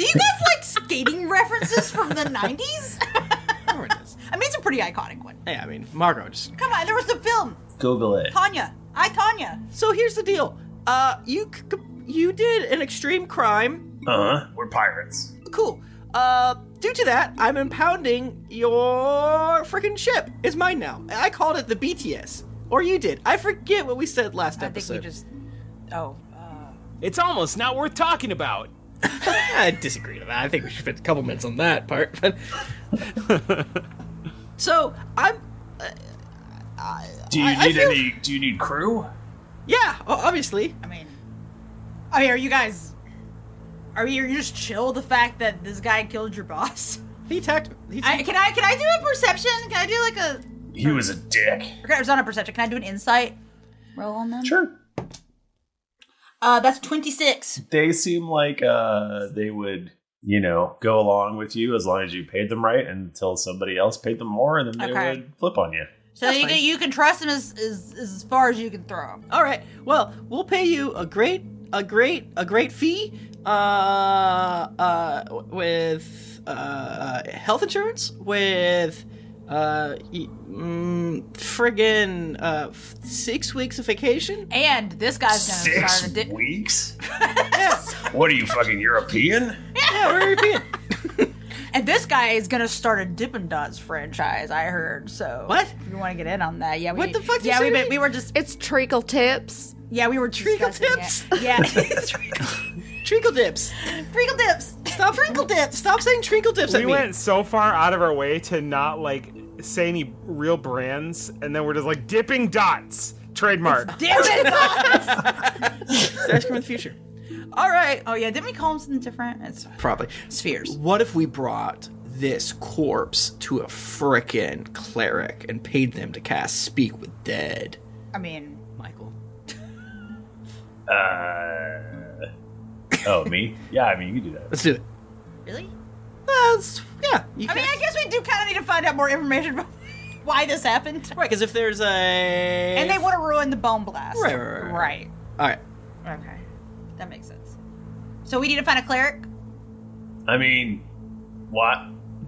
S4: you guys like skating references from the 90s? I mean, it's a pretty iconic one.
S3: Yeah, I mean Margot just
S4: Come on, there was a film.
S1: Google it.
S4: Tanya. I, Tanya.
S3: So here's the deal. Uh, you c- c- you did an extreme crime.
S1: Uh huh. We're pirates.
S3: Cool. Uh, due to that, I'm impounding your freaking ship. It's mine now. I called it the BTS, or you did. I forget what we said last episode.
S4: just. Oh.
S2: It's almost not worth talking about.
S3: I disagree with that. I think we should spend a couple minutes on that part. But so I'm.
S1: Do you
S3: I- I
S1: need
S3: feel-
S1: any? Do you need crew?
S3: Yeah, o- obviously.
S4: I mean, I mean, are you guys? Are you, are you just chill the fact that this guy killed your boss?
S3: He attacked. He
S4: I, can I can I do a perception? Can I do like a?
S1: He was a dick.
S4: Okay, it's not a perception. Can I do an insight roll on them? Sure. Uh, that's twenty six.
S1: They seem like uh, they would, you know, go along with you as long as you paid them right until somebody else paid them more, and then they
S4: Okay.
S1: would flip on you.
S4: So you can, you can trust him as, as as far as you can throw him.
S3: All right. Well, we'll pay you a great, a great, a great fee. Uh, uh, w- with uh, health insurance, with uh, y- mm, friggin' uh, f- six weeks of vacation,
S4: and this guy's gonna
S1: Six
S4: start a di-
S1: weeks? What are you fucking European?
S3: yeah, we're European.
S4: and this guy is gonna start a Dippin' Dots franchise. I heard. So
S3: What?
S4: If you want to get in on that? Yeah. We,
S7: What the fuck did
S4: Yeah,
S7: you
S4: we
S7: say?
S4: been, we were just.
S7: It's treacle tips.
S4: Yeah, we were treacle tips. Yeah.
S3: Treacle dips.
S4: Treacle dips.
S3: Stop trinkle dips. Stop saying trinkle dips
S2: we
S3: at me.
S2: went so far out of our way to not like say any real brands, and then we're just like dipping dots trademark.
S4: Damn it!
S3: Ask him in the future.
S4: All right. Oh yeah, didn't we call him something different? It's
S3: Probably.
S4: Spheres.
S3: What if we brought this corpse to a frickin' cleric and paid them to cast Speak with Dead?
S4: I mean,
S3: Michael.
S1: Uh, oh, me? Yeah, I mean, you can do that.
S3: Let's do it.
S4: Really?
S3: yeah.
S4: I mean, I guess we do kind of need to find out more information about why this happened.
S3: Right, because if there's a and
S4: And they want to ruin the bone blast.
S3: Right, right, right,
S4: right.
S3: all right.
S4: Right. Okay. That makes sense. So we need to find a cleric.
S1: I mean, what?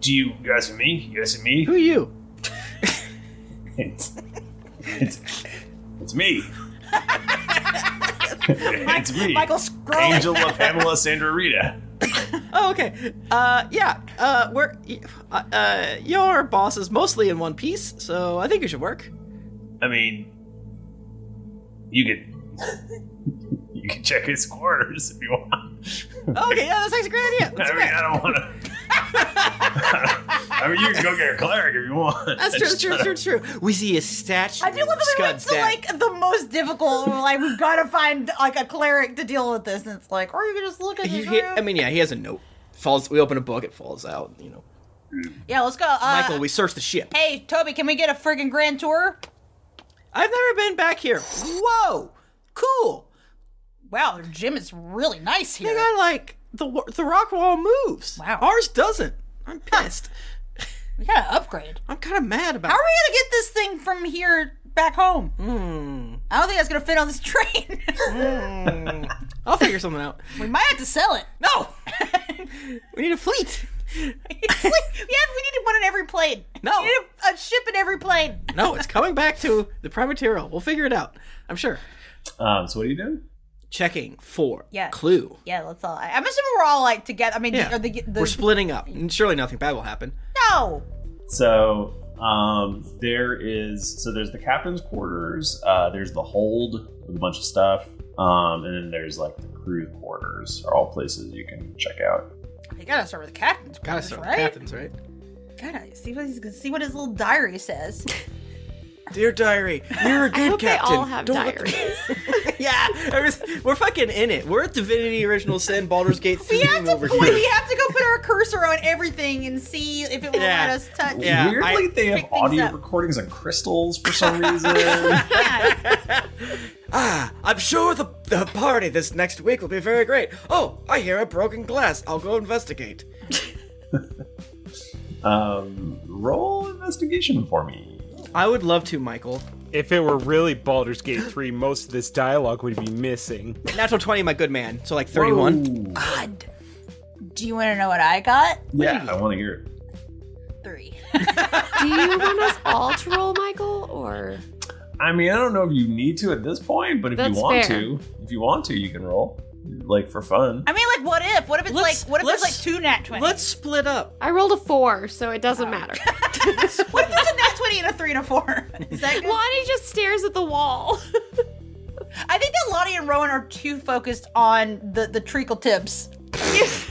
S1: Do you, you asking me? You asking me? Who
S3: are you?
S1: it's, it's, it's me. it's me.
S4: Michael Scroll.
S1: Angela Pamela Sandra Rita.
S3: Oh, okay. Uh, yeah. Uh, we're uh, uh, your boss is mostly in one piece, so I think it should work.
S1: I mean, you could you could check his quarters if you want.
S3: Oh, Okay, yeah, that's actually a great idea. That's
S1: I mean, I don't want to. I mean, you can go get a cleric if you want.
S3: That's true, that's true, that's true, that's true. We see a statue.
S4: I do love that we went to like the most difficult. We're Like we've got to find like a cleric to deal with this, and it's like, or you can just look at
S3: He,
S4: his
S3: he-
S4: room.
S3: I mean, yeah, he has a note. Falls. We open a book, it falls out. You know,
S4: yeah, let's go. Uh,
S3: Michael. We search the ship.
S4: Hey, Toby, can we get a friggin' grand tour?
S3: I've never been back here. Whoa, cool.
S4: Wow, their gym is really nice
S3: They
S4: here.
S3: got like the wa- the rock wall moves. Wow, ours doesn't. I'm pissed.
S4: We gotta upgrade.
S3: I'm kind of mad about.
S4: How are we gonna get this thing from here back home?
S3: Hmm.
S4: I don't think that's gonna fit on this train.
S3: I'll figure something out.
S4: we might have to sell it.
S3: No, we need a fleet.
S4: It's like- yeah, we need one in every plane.
S3: No.
S4: we need a, a ship in every plane.
S3: No, it's coming back to the prime material. We'll figure it out. I'm sure.
S1: Um, so what are you doing?
S3: checking for
S4: Yeah.
S3: clue.
S4: Yeah, let's all. I- I'm assuming we're all like together. I mean,
S3: Yeah.
S4: are the, the
S3: We're splitting up. Surely nothing bad will happen.
S4: No.
S1: So um, there is so there's the captain's quarters. Uh, there's the hold with a bunch of stuff, um, and then there's like the crew quarters. Are all places you can check out.
S4: You gotta start with the captain's
S3: Gotta
S4: quarters,
S3: start with
S4: right?
S3: captains, right?
S4: Gotta see what he's see what his little diary says.
S3: Dear diary, you're a good
S4: hope they
S3: captain.
S4: all have
S3: let them- yeah, every- we're fucking in it. We're at Divinity Original Sin, Baldur's Gate 3 over
S4: Boy,
S3: here.
S4: we have to go put our cursor on everything and see if it will let us touch.
S1: Weirdly, they have
S4: pick things
S1: audio
S4: up.
S1: recordings on crystals for some reason.
S3: Ah, I'm sure the, the party this next week will be very great. Oh, I hear a broken glass. I'll go investigate.
S1: um, roll investigation for me.
S3: I would love to, Michael.
S2: If it were really Baldur's Gate 3, most of this dialogue would be missing.
S3: Natural 20, my good man. So, like 31.
S4: God. Do you want to know what I got?
S1: Yeah, I want to hear it.
S4: Three.
S5: Do you want us all to roll, Michael, or
S1: I mean, I don't know if you need to at this point, but if
S5: That's
S1: you want
S5: fair.
S1: to, if you want to, you can roll like for fun.
S4: I mean, like, what if? What if it's like? What if it's like two nat twenty?
S3: Let's split up.
S5: I rolled a four, so it doesn't matter.
S4: what if there's a nat twenty and a three and a four? Is that good?
S5: Lonnie just stares at the wall.
S4: I think that Lonnie and Rowan are too focused on the the treacle tips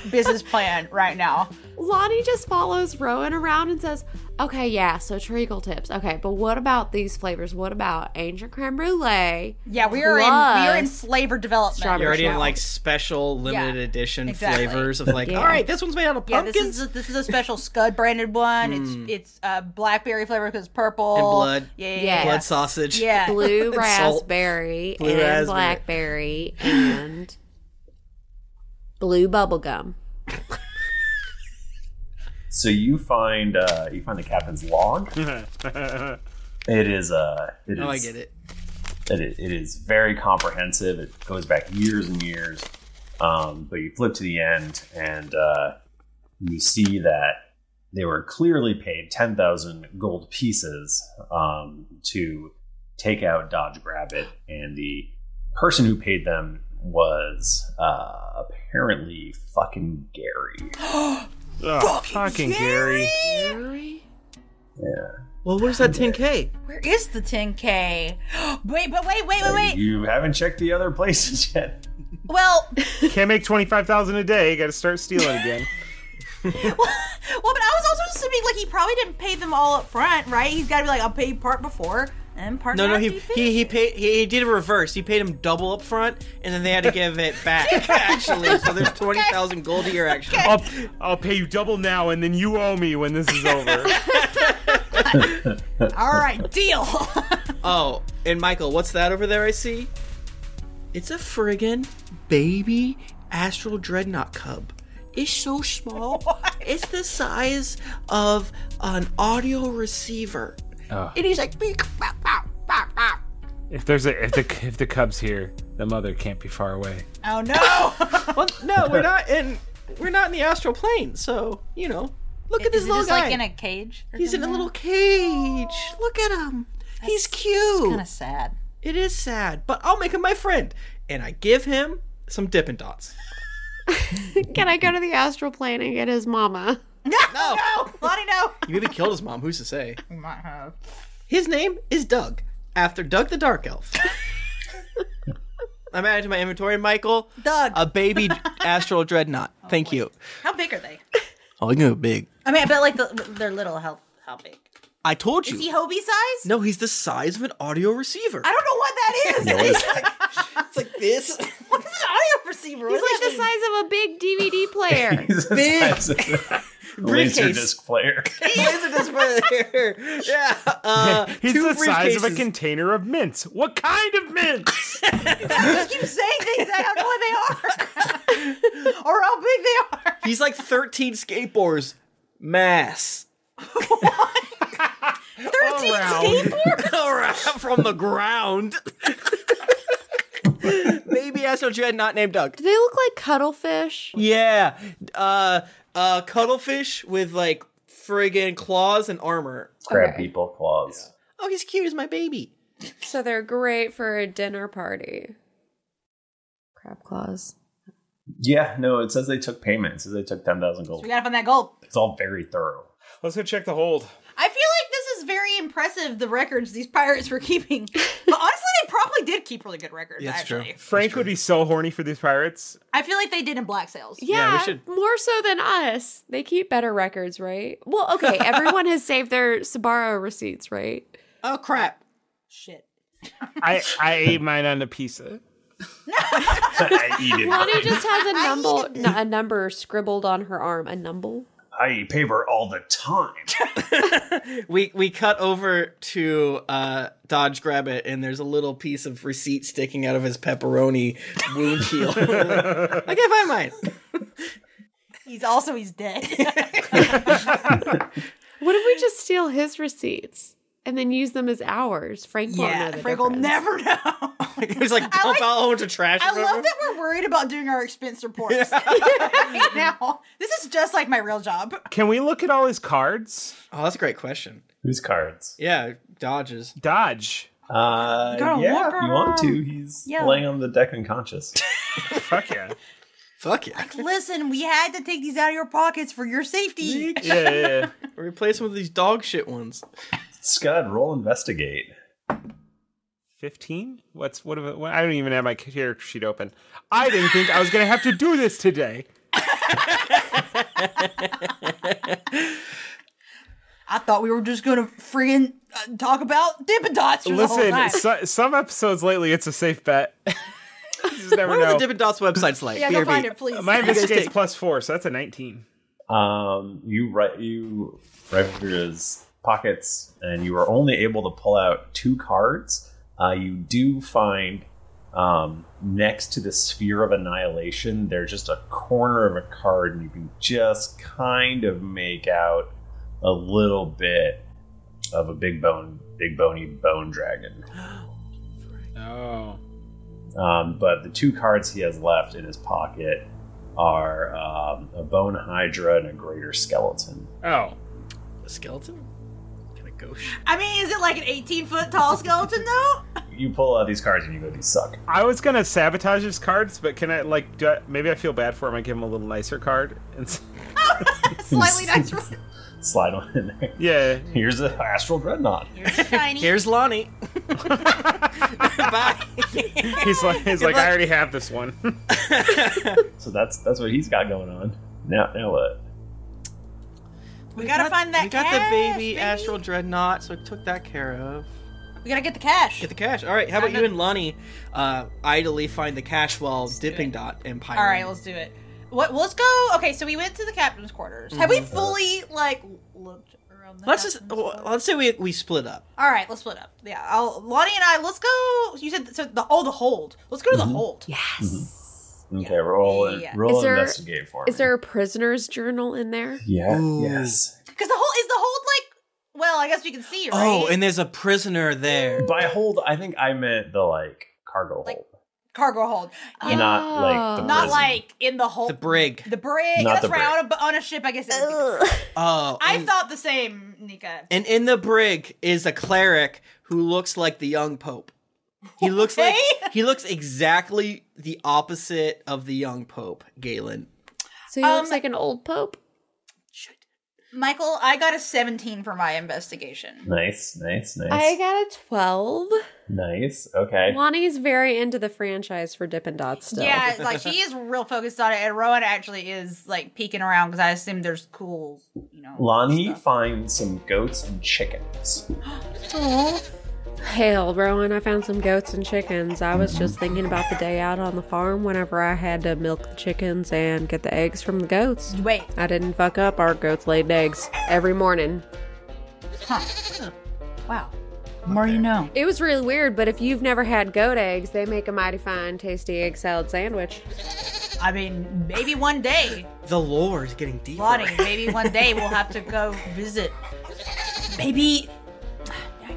S4: business plan right now.
S5: Lonnie just follows Rowan around and says, "Okay, yeah, so treacle tips. Okay, but what about these flavors? What about ancient creme brulee?
S4: Yeah, we are in we are in
S5: plus
S4: flavor development.
S3: You're already in like special limited edition
S4: exactly.
S3: flavors of like,
S4: Yeah.
S3: all right, this one's made out of
S4: Yeah,
S3: pumpkins.
S4: this is a, this is a special Scud branded one.
S3: Mm.
S4: It's it's uh, blackberry flavor because purple
S3: And blood.
S4: Yeah, yeah,
S3: Yeah.
S4: yeah.
S3: Blood sausage.
S4: Yeah,
S5: blue
S4: And salt.
S5: raspberry
S3: Blue
S5: and
S3: raspberry.
S5: blackberry and blue bubblegum."
S1: So you find uh, you find the captain's log.
S2: it
S1: is uh, it
S3: oh, I
S1: is-
S3: get it.
S1: It is, it is very comprehensive. It goes back years and years. Um, but you flip to the end, and uh, you see that they were clearly paid ten thousand gold pieces um, to take out Dodge Grabbit, and the person who paid them was uh, apparently fucking Gary.
S2: Ugh, fucking Gary.
S1: Yeah.
S3: Well, where's that 10K?
S4: Where is the 10K? wait, but wait, wait, wait, wait.
S1: You haven't checked the other places yet.
S4: Well,
S2: Can't make 25,000 a day. Got to start stealing again.
S4: well, but I was also assuming like he probably didn't pay them all up front, right? He's got to be like, I'll pay you part before and part.
S3: No, no,
S4: after
S3: he
S4: you finish.
S3: he, he paid he, he did a reverse. He paid him double up front, and then they had to give it back. actually, so there's twenty thousand gold a year. Actually,
S2: I'll, I'll pay you double now, and then you owe me when this is over.
S4: All right, deal.
S3: Oh, and Michael, what's that over there I see? It's a friggin' baby astral dreadnought cub. It's so small. It's the size of an audio receiver. And he's like, "Beak, bow, bow, bow, bow."
S2: If there's a if the if the cub's here, the mother can't be far away.
S4: oh no!
S3: well, no, we're not in we're not in the astral plane, so you know. Look at this
S4: Is it
S3: little
S4: just,
S3: guy.
S4: like in a cage.
S3: he's in a little cage. Look at him. he's cute.
S4: Kind of sad.
S3: It is sad, but I'll make him my friend, and I give him some Dippin' Dots.
S5: Can I go to the astral plane and get his mama?
S4: No, no, Lonnie, no.
S3: He maybe killed his mom. Who's to say?
S4: We might have.
S3: His name is Doug, after Doug the Dark Elf. I'm adding to my inventory, Michael.
S4: Doug. Oh,
S3: A baby astral dreadnought. Thank you.
S4: How big are they?
S3: Oh, you know, big.
S4: I mean, I bet like the, they're little. How how big?
S3: I told you.
S4: Is he Hobie size?
S3: no, he's the size of an audio receiver.
S4: I don't know what that is.
S3: No,
S4: it's,
S3: it's-
S4: like,
S3: it's like this.
S4: What is an audio receiver?
S5: He's like the size of a big DVD player.
S3: Big.
S1: Laser
S3: Briefcase.
S1: disc player.
S3: Laser disc player. Yeah. Uh,
S2: He's
S3: two
S2: the size of a
S3: briefcases.
S2: container of mints. What kind of mints?
S4: I just keep saying things that I don't know what they are or how big they are.
S3: He's like 13 skateboards. Mass.
S4: Thirteen skateboards.
S3: Around from the ground. Maybe Astro Dread not named Doug.
S5: Do they look like cuttlefish?
S3: Yeah. Uh uh cuttlefish with like friggin' claws and armor.
S1: Crab people claws.
S3: Oh, he's cute as my baby.
S5: So they're great for a dinner party.
S7: Crab claws.
S1: Yeah, no, it says they took payment. It says they took 10,000
S4: So
S1: gold.
S4: we gotta find that gold.
S1: It's all very thorough.
S2: Let's go check the hold.
S4: I feel like this is very impressive. The records these pirates were keeping, but honestly, they probably did keep really good records. actually,
S2: Frank would be so horny for these pirates.
S4: I feel like they did in Black Sails.
S7: Yeah,
S2: we should-
S7: more so than us.
S5: They keep better records, right? Well, okay, everyone has saved their Sabaro receipts, right?
S4: Oh crap! Shit.
S2: I, I ate mine on a pizza. I eat
S7: Lonnie just has a number, n- a number scribbled on her arm. A number.
S1: I eat paper all the time.
S3: we we cut over to uh, Dodge Grab It, and there's a little piece of receipt sticking out of his pepperoni wound heel. I can't find mine.
S4: He's also he's dead.
S5: What if we just steal his receipts and then use them as ours? Frank won't know
S4: yeah,
S5: the
S4: Frank will
S5: difference.
S4: never know.
S3: It was like
S4: I
S3: dump
S4: like-
S3: out all into trash.
S4: I love that we're worried about doing our expense reports right now. This is just like my real job.
S2: Can we look at all his cards?
S3: Oh, that's a great question.
S1: Whose cards?
S3: Yeah, Uh, dodges.
S2: Dodge.
S1: Uh,
S3: Gotta
S1: yeah,
S3: walk
S1: if you want to.
S3: around.
S1: He's
S4: Yeah.
S1: laying on the deck unconscious. Fuck
S2: yeah.
S3: Fuck yeah.
S4: Listen, we had to take these out of your pockets for your safety.
S3: Replace them with these dog shit ones.
S1: Scud, roll investigate.
S2: 15? What's what, have I- what? I don't even have my character sheet open. I didn't think I was going to have to do this today.
S4: I thought we were just gonna friggin' uh, talk about Dippin' Dots for the whole
S2: Listen,
S4: time.
S2: so, some episodes lately, it's a safe bet. you just never
S3: What are
S2: know.
S3: the Dippin' Dots websites like?
S4: Yeah, go BRB. find it, please.
S2: My
S4: You guys
S2: investigate's
S4: take-
S2: plus four, so that's a 19.
S1: Um, you right, you rifle through his pockets, and you are only able to pull out two cards. Uh, you do find um, next to the sphere of annihilation, there's just a corner of a card, and you can just kind of make out a little bit of a big bone, big bony bone dragon.
S2: Oh.
S1: Um, but the two cards he has left in his pocket are um, a bone hydra and a greater skeleton.
S2: Oh.
S3: A skeleton? Kind of gauche.
S4: I mean, is it like an 18 foot tall skeleton though?
S1: You pull out these cards and you go, these suck.
S2: I was going to sabotage his cards, but can I, like, do I, maybe I feel bad for him. I give him a little nicer card. And s-
S4: Slightly nicer.
S1: Slide one in there.
S2: Yeah.
S1: Here's the astral dreadnought.
S4: Tiny.
S3: Here's Lonnie.
S2: he's like, he's
S1: Good
S2: like
S1: luck.
S2: I already have this one.
S1: So that's that's what he's got going on. Now now what?
S4: We gotta find that
S3: We got
S4: cash,
S3: the baby, astral dreadnought, so I took that care of.
S4: We gotta get the cash.
S3: Get the cash. All right, how about you and Lonnie uh, idly find the cash while dipping dot and pirating?
S4: All right, let's do it. What? Let's go. Okay, so we went to the captain's quarters. Have we
S1: Mm-hmm.
S3: Mhm.
S4: fully like looked?
S3: Let's just well, let's say we we split up.
S4: All right, let's split up. Yeah, I'll, Lonnie and I. Let's go. You said so. The oh, the hold. Let's go to the
S1: Mhm.
S4: hold. Yeah.
S1: Mm-hmm. Okay, roll
S4: Yeah.
S1: roll
S4: Is there-
S1: investigate for me.
S7: Is there a prisoner's journal in there?
S1: yeah. Yes.
S4: Because the hold is the hold like. Well, I guess we can see, right?
S3: Oh, and there's a prisoner there.
S1: By hold, I think I meant the like cargo hold.
S4: Cargo hold.
S1: Not like the
S4: not
S1: prison.
S4: like in the hold.
S3: The brig.
S4: The brig.
S1: Not
S4: That's
S1: the
S4: right. On a, on a ship, I guess. It would be the brig.
S3: Oh,
S4: I thought the same, Nika.
S3: and in the brig is a cleric who looks like the young pope. He looks like he looks exactly the opposite of the young pope, Galen.
S7: So he looks like an old pope.
S4: Um, Michael, I got a 17 for my investigation.
S1: Nice, nice, nice,
S7: I got a twelve.
S1: nice. Okay.
S7: Lonnie's very into the franchise for Dippin' Dots still.
S4: Yeah, like she is real focused on it, and Rowan actually is like peeking around because I assume there's cool.
S1: Lonnie finds some goats and chickens.
S7: Hell, Rowan, I found some goats and chickens. I was just thinking about the day out on the farm whenever I had to milk the chickens and get the eggs from the goats.
S4: Wait.
S7: I didn't fuck up. Our goats laid eggs every morning.
S4: Huh. Wow. More you know.
S7: It was really weird, but if you've never had goat eggs, they make a mighty fine, tasty egg salad sandwich.
S4: I mean, maybe one day,
S3: The lore is getting deeper.
S4: Lonnie, maybe one day we'll have to go visit. Maybe,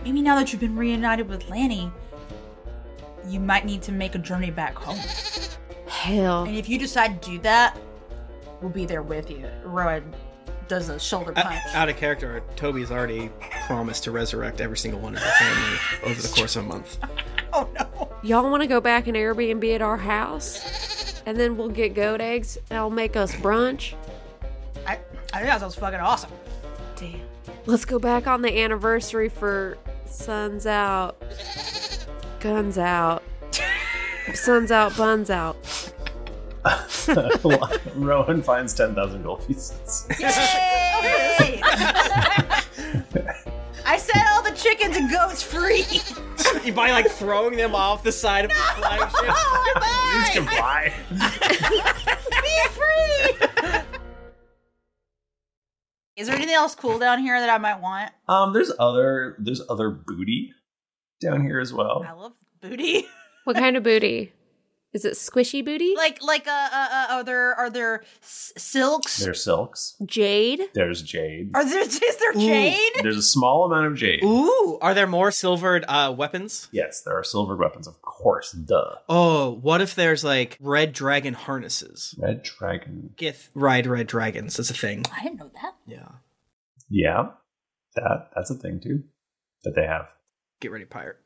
S4: maybe now that you've been reunited with Lanny, you might need to make a journey back home.
S7: Hell.
S4: And if you decide to do that, we'll be there with you. Rowan does a shoulder
S7: Uh,
S4: punch.
S3: Out of character, Toby's already promised to resurrect every single one of the family over the course of a month.
S4: oh no.
S7: y'all want to go back and Airbnb at our house, and then we'll get goat eggs, and I'll make us brunch.
S4: I, I think that sounds fucking awesome.
S7: Damn. Let's go back on the anniversary for Sun's Out. Guns out. Sun's out, buns out.
S1: Rowan finds 10,000 gold pieces.
S4: Yay! I set all the chickens and goats free.
S3: you by like throwing them off the side of the flagship.
S1: You can buy.
S4: Be free. Is there anything else cool down here that I might want?
S1: Um, there's other there's other booty down here as well.
S4: I love booty.
S7: What kind of booty? Is it squishy booty?
S4: Like like uh, uh, uh are there are there s- silks?
S1: There's silks.
S7: Jade?
S1: There's jade.
S4: Are there is there jade?
S1: There's a small amount of jade.
S3: Ooh, are there more silvered uh, weapons?
S1: Yes, there are silver weapons, of course. Duh.
S3: Oh, what if there's like red dragon harnesses?
S1: Red dragon.
S3: Gith ride red dragons. That's a thing.
S4: I didn't know that.
S3: Yeah.
S1: Yeah, that that's a thing too that they have
S3: Get ready, pirate.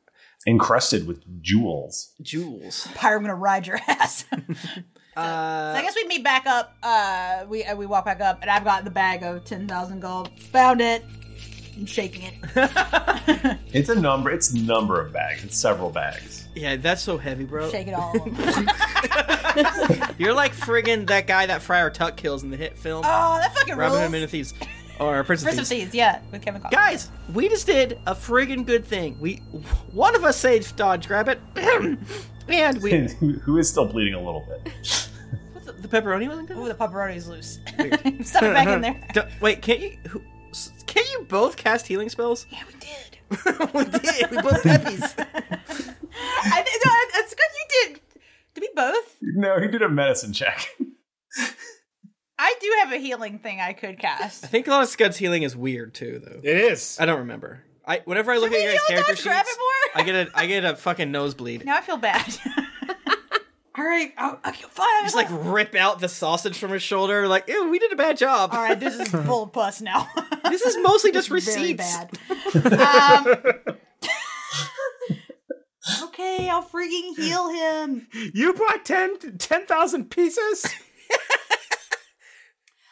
S1: encrusted with jewels.
S3: Jewels. Uh,
S4: Pyre, I'm gonna ride your ass. so, so I guess we meet back up. Uh, we uh, we walk back up, and I've got the bag of ten thousand gold. Found it. I'm shaking it.
S1: It's a number. It's a number of bags. It's several bags.
S3: Yeah, that's so heavy, bro.
S4: Shake it all.
S3: You're like friggin' that guy that Friar Tuck kills in the hit film.
S4: Oh, that fucking
S3: Robin Hood
S4: rules.
S3: Men of Thieves. Or Prince of
S4: Prince of
S3: Thieves.
S4: Thieves, yeah, with Kevin Costner.
S3: Guys, we just did a friggin' good thing. We one of us saved Dodge Rabbit, and we
S1: Who who is still bleeding a little bit?
S3: the pepperoni wasn't good.
S4: Ooh, the pepperoni's loose. Stuff it back in there.
S3: D- wait, can't you? Who, s- can't you both cast healing spells? Yeah, we did. we did. We both peppies.
S4: I th- no, I- it's good you did. Did we both?
S1: No, he did a medicine check.
S4: I do have a healing thing I could
S3: I
S4: cast.
S3: think a lot of Scud's healing is weird too, though. It
S2: is.
S3: I don't remember. I whenever I look
S4: Should
S3: at
S4: we
S3: your guys'
S4: heal
S3: character
S4: Dodge
S3: sheets,
S4: Rabbit more?
S3: I get a I get a fucking nosebleed.
S4: Now I feel bad. All right, oh, okay, fine.
S3: Just like rip out the sausage from his shoulder, like, ew, we did a bad job.
S4: All right, this is bull puss now.
S3: This is mostly just
S4: It's very
S3: receipts.
S4: bad. Um, okay, I'll freaking heal him.
S2: You bought 10 10,000 pieces?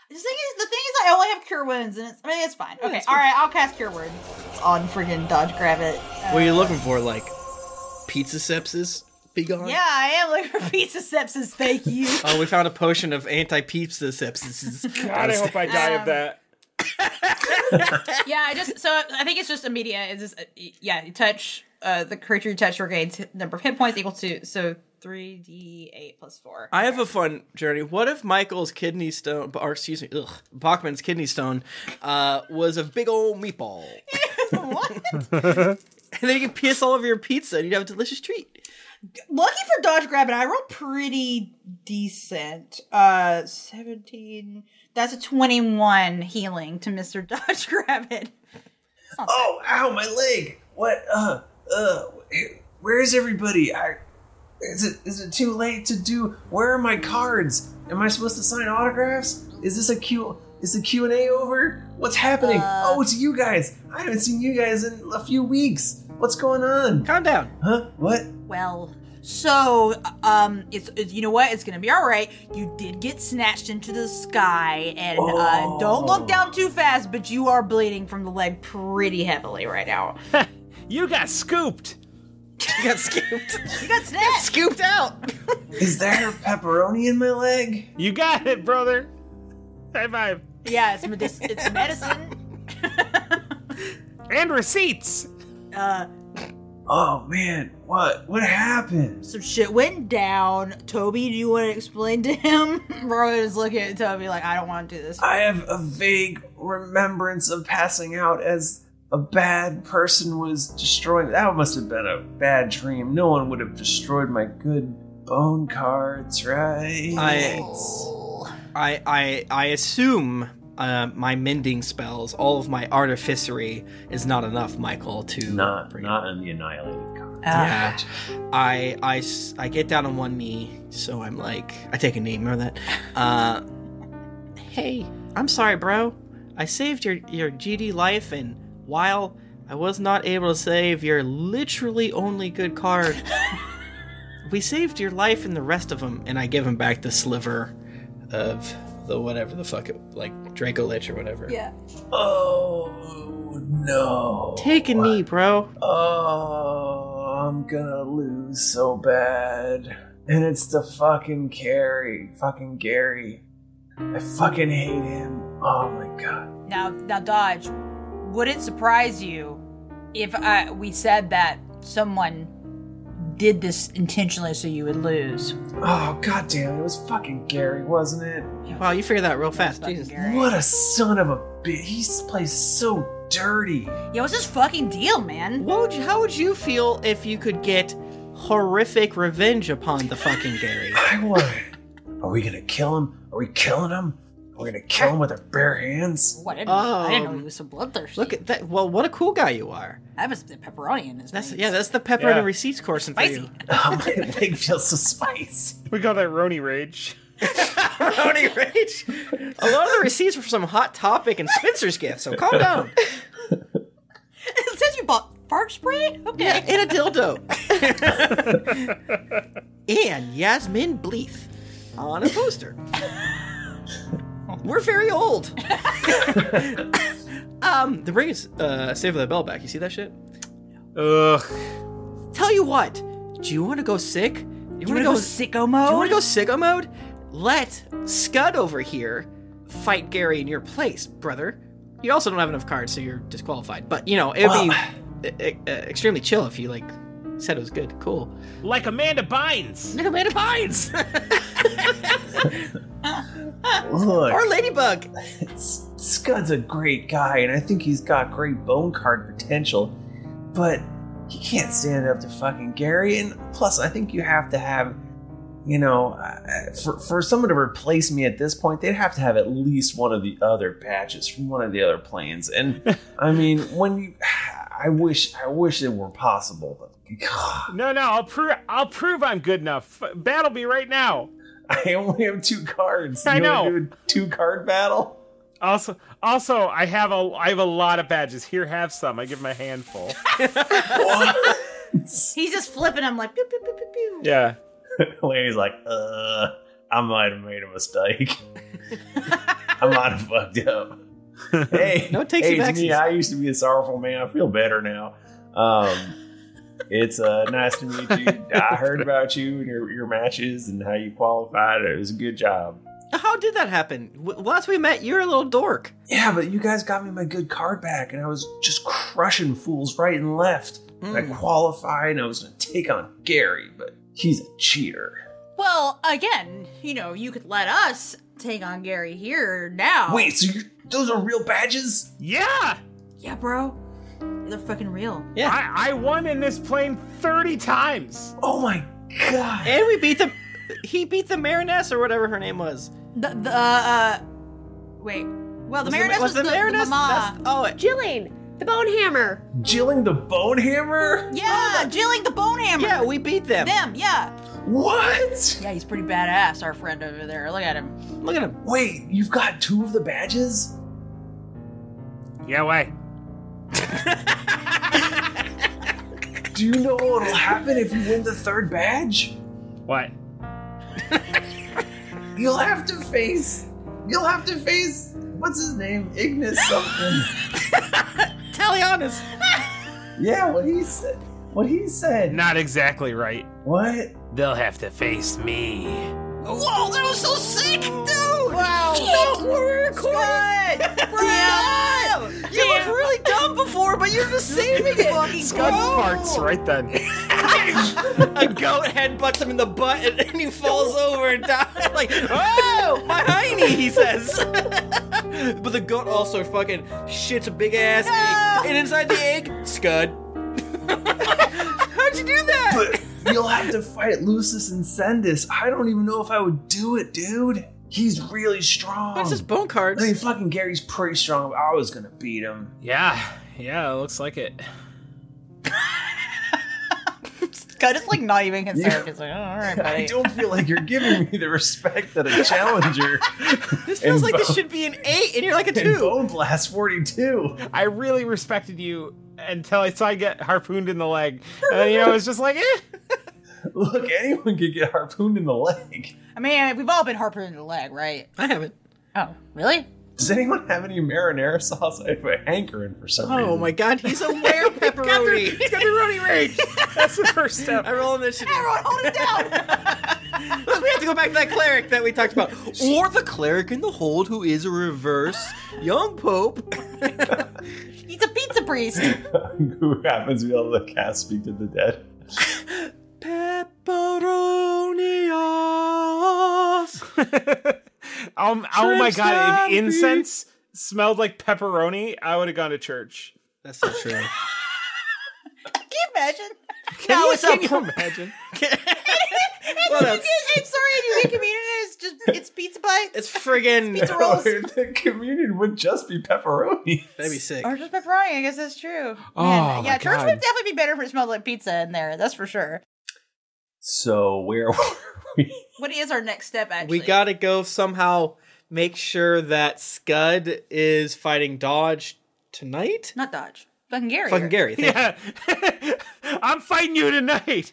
S4: The thing is, the thing is, I only have cure wounds, and it's I mean, it's fine. Okay, all right, I'll cast cure wounds. It's on freaking dodge grab it.
S3: What are you looking for? Like pizza sepsis? Be gone.
S4: Yeah, I am looking for pizza sepsis. Thank you.
S3: Oh, we found a potion of anti-pizza sepsis.
S2: God, I hope I die
S4: Um,
S2: of that.
S4: yeah, I just so I think it's just immediate. It's just uh, y- yeah, you touch uh, the creature you touch regains hit- number of hit points equal to so three d eight plus four.
S3: I have a fun journey. What if Michael's kidney stone, or excuse me, ugh, Bachman's kidney stone, uh, was a big old meatball? And then you could piss all over your pizza, and you'd have a delicious treat.
S4: Lucky for dodge grab it, I rolled pretty decent. Uh, seventeen. That's a twenty-one healing to Mister Dodge Grab it.
S1: Oh, ow, my leg. What? Uh, uh, where is everybody? I, is it is it too late to do? Where are my cards? Am I supposed to sign autographs? Is this a Q? Is the Q and A over? What's happening? oh, it's you guys. I haven't seen you guys in a few weeks. What's going on?
S3: Calm down.
S1: Huh? What?
S4: Well, so um, it's, it's you know what? It's gonna be all right. You did get snatched into the sky, and uh, don't look down too fast. But you are bleeding from the leg pretty heavily right now.
S2: You got scooped.
S3: You got scooped,
S4: You got snatched.
S3: scooped out.
S1: Is there pepperoni in my leg?
S2: You got it, brother. High five.
S4: yeah, it's medic- it's medicine.
S2: And receipts.
S4: Uh,
S1: Oh man, what? What happened?
S4: some shit went down. Toby, do you want to explain to him? Rowan is looking at Toby like, I don't want to do this.
S1: I have a vague remembrance of passing out as a bad person was destroying. That must have been a bad dream. No one would have destroyed my good bone cards, right?
S3: I, I, I, I assume uh, my mending spells, all of my artificery, is not enough, Michael. To
S1: Not, not in the annihilated cards.
S3: Yeah. I, I s- I get down on one knee, so I'm like, I take a knee, remember that? Uh, hey, I'm sorry, bro. I saved your, your GD life, and while I was not able to save your literally only good card, We saved your life and the rest of them, and I give him back the sliver of the whatever the fuck it, like Draco Lich or whatever.
S4: Yeah.
S10: Oh no.
S3: Take a knee, bro.
S10: Oh, I'm gonna lose so bad. And it's the fucking Gary. Fucking Gary. I fucking hate him. Oh my god.
S4: Now, now, Dodge, would it surprise you if I, we said that someone did this intentionally so you would lose?
S10: Oh goddamn! It was fucking Gary, wasn't it?
S3: Wow, you figured that out real fast. Jesus.
S10: What a son of a bitch. He plays so dirty.
S4: Yeah, what's his fucking deal, man?
S3: What would you, how would you feel if you could get horrific revenge upon the fucking Gary?
S10: I want. Are we gonna kill him? Are we killing him? Are we gonna kill him with our bare hands?
S4: What? I didn't, I didn't
S3: Um,
S4: know he was so bloodthirsty.
S3: Look at that. Well, what a cool guy you are.
S4: That was the pepperoni in his.
S3: That's, yeah, that's the pepperoni
S4: Yeah.
S3: receipts course in for
S4: Spicy.
S3: you.
S10: Oh, my leg feels so spicy.
S2: We got that Roni rage.
S3: Roni rage. A lot of the receipts were from Hot Topic and Spencer's gift, so calm down.
S4: It says you bought fart spray? Okay.
S3: Yeah, and a dildo. and Yasmin Bleeth on a poster. We're very old. um, the ring is uh, Save the Bell back. You see that shit?
S2: Ugh.
S3: Tell you what. Do you want to go sick? Do you
S4: wanna go sicko
S3: Do you
S4: mode?
S3: want to go sicko mode? Let Scud over here fight Gary in your place, brother. You also don't have enough cards, so you're disqualified. But you know it'd be e- e- extremely chill if you like said it was good, cool.
S2: Like Amanda Bynes.
S3: Like Amanda Bynes.
S10: Look,
S3: Or Ladybug.
S10: Scud's a great guy, and I think he's got great bone card potential, but he can't stand up to fucking Gary. And plus, I think you have to have, you know, uh, for, for someone to replace me at this point, they'd have to have at least one of the other patches from one of the other planes. And I mean, when you, I wish, I wish it were possible, but God,
S2: No, no, I'll prove I'll prove I'm good enough. F- Battle me right now.
S10: I only have two cards.
S2: I
S10: You
S2: know.
S10: wanna do a two card battle.
S2: Also, also, I have a I have a lot of badges. Here, have some. I give him a handful.
S4: He's just flipping him like, pew, pew, pew, pew, pew.
S2: yeah.
S10: Lady's like, uh, I might have made a mistake. I might have fucked up. Hey,
S3: No takes
S10: hey,
S3: you
S10: it's me.
S3: backsies.
S10: I used to be a sorrowful man. I feel better now. Um, it's uh, nice to meet you. I heard about you and your, your matches and how you qualified. It was a good job.
S3: How did that happen? W- Last we met, you're a little dork.
S10: Yeah, but you guys got me my good card back, and I was just crushing fools right and left. And
S3: Hmm.
S10: I qualified, and I was going to take on Gary, but he's a cheater.
S4: Well, again, you know, you could let us take on Gary here
S3: Oh.
S4: now.
S10: Wait, so you're, those are real badges?
S2: Yeah.
S4: Yeah, bro. They're fucking real.
S3: Yeah.
S2: I, I won in this plane thirty times.
S10: Oh my god!
S3: And we beat the. He beat the Mariness or whatever her name was.
S4: The, the, uh, wait. Well,
S3: Was
S4: the
S3: it-
S4: Mariness
S3: was
S4: was,
S3: the
S4: the, the
S3: Mariness-
S4: mama.
S3: that's- oh, it-
S15: Jillian, the bone hammer.
S10: Jilling the bone hammer?
S4: Yeah, Jilling the Bone Hammer.
S3: Oh, Yeah, we beat them.
S4: Them, yeah.
S10: What?
S4: Yeah, he's pretty badass, our friend over there. Look at him.
S3: Look at him.
S10: Wait, you've got two of the badges?
S2: Yeah, why?
S10: Do you know what'll happen if you win the third badge?
S2: What?
S10: You'll have to face. You'll have to face. What's his name? Ignis something.
S3: Talianis.
S10: yeah, what he said. What he said.
S2: Not exactly right.
S10: What?
S2: They'll have to face me.
S4: Whoa, that was so sick, dude!
S3: Wow.
S4: No, we're recording! Bro!
S3: You looked really dumb before, but you're just saving it.
S4: Fucking
S2: Scud farts right then.
S3: A goat headbutts him in the butt and, and he falls over and dies. Like, oh, my hiney, he says. but the goat also fucking shits a big ass egg. And inside the egg, Scud. How'd you do that?
S10: But you'll have to fight Lucis and Sendus. I don't even know if I would do it, dude. He's really strong.
S3: That's just bone cards.
S10: I mean, fucking Gary's pretty strong. but I was gonna beat him.
S2: Yeah, yeah, it looks like it.
S4: Scud is like not even concerned.
S10: Yeah.
S4: He's like, oh, all right,
S10: I
S4: buddy.
S10: don't feel like you're giving me the respect that a challenger.
S3: This feels
S10: and
S3: like this
S10: bone-
S3: should be an eight, and you're like a
S10: and
S3: two.
S10: Bone Blast 42.
S2: I really respected you until I saw I get harpooned in the leg, and then, you know, it was just like, eh.
S1: Look, anyone could get harpooned in the leg.
S4: I mean, we've all been harpooned in the leg, right?
S3: I haven't.
S4: Oh, really?
S1: Does anyone have any marinara sauce? I have a hankering for some reason.
S3: Oh my god, he's a were pepperoni.
S1: He's
S3: got pepperoni rage.
S2: That's the first step.
S3: I roll initiative.
S4: Everyone, hold it down.
S3: Look, we have to go back to that cleric that we talked about, or the cleric in the hold who is a reverse young pope.
S4: He's a pizza priest.
S1: Who happens to be able to cast Speak to the Dead?
S2: Um, oh my god! If incense smelled like pepperoni, I would have gone to church.
S3: That's not true.
S4: Can you imagine?
S3: Can
S4: No,
S3: you,
S4: it's
S3: can
S4: a
S3: you
S4: pro-
S3: imagine?
S4: And you get- I'm sorry, and you get communion. It's just it's pizza bites.
S3: It's friggin'
S4: pizza rolls.
S1: the communion would just be pepperoni.
S3: That'd be sick.
S4: Or just pepperoni. I guess that's true.
S1: Oh,
S4: Man,
S1: my
S4: yeah, church
S1: God.
S4: would definitely be better if it smelled like pizza in there. That's for sure.
S1: So where
S4: What is our next step? Actually,
S3: We gotta go somehow make sure that Scud is fighting Dodge tonight.
S4: not dodge. Fucking Gary.
S3: Fucking Gary. Thank
S2: yeah. I'm fighting you tonight.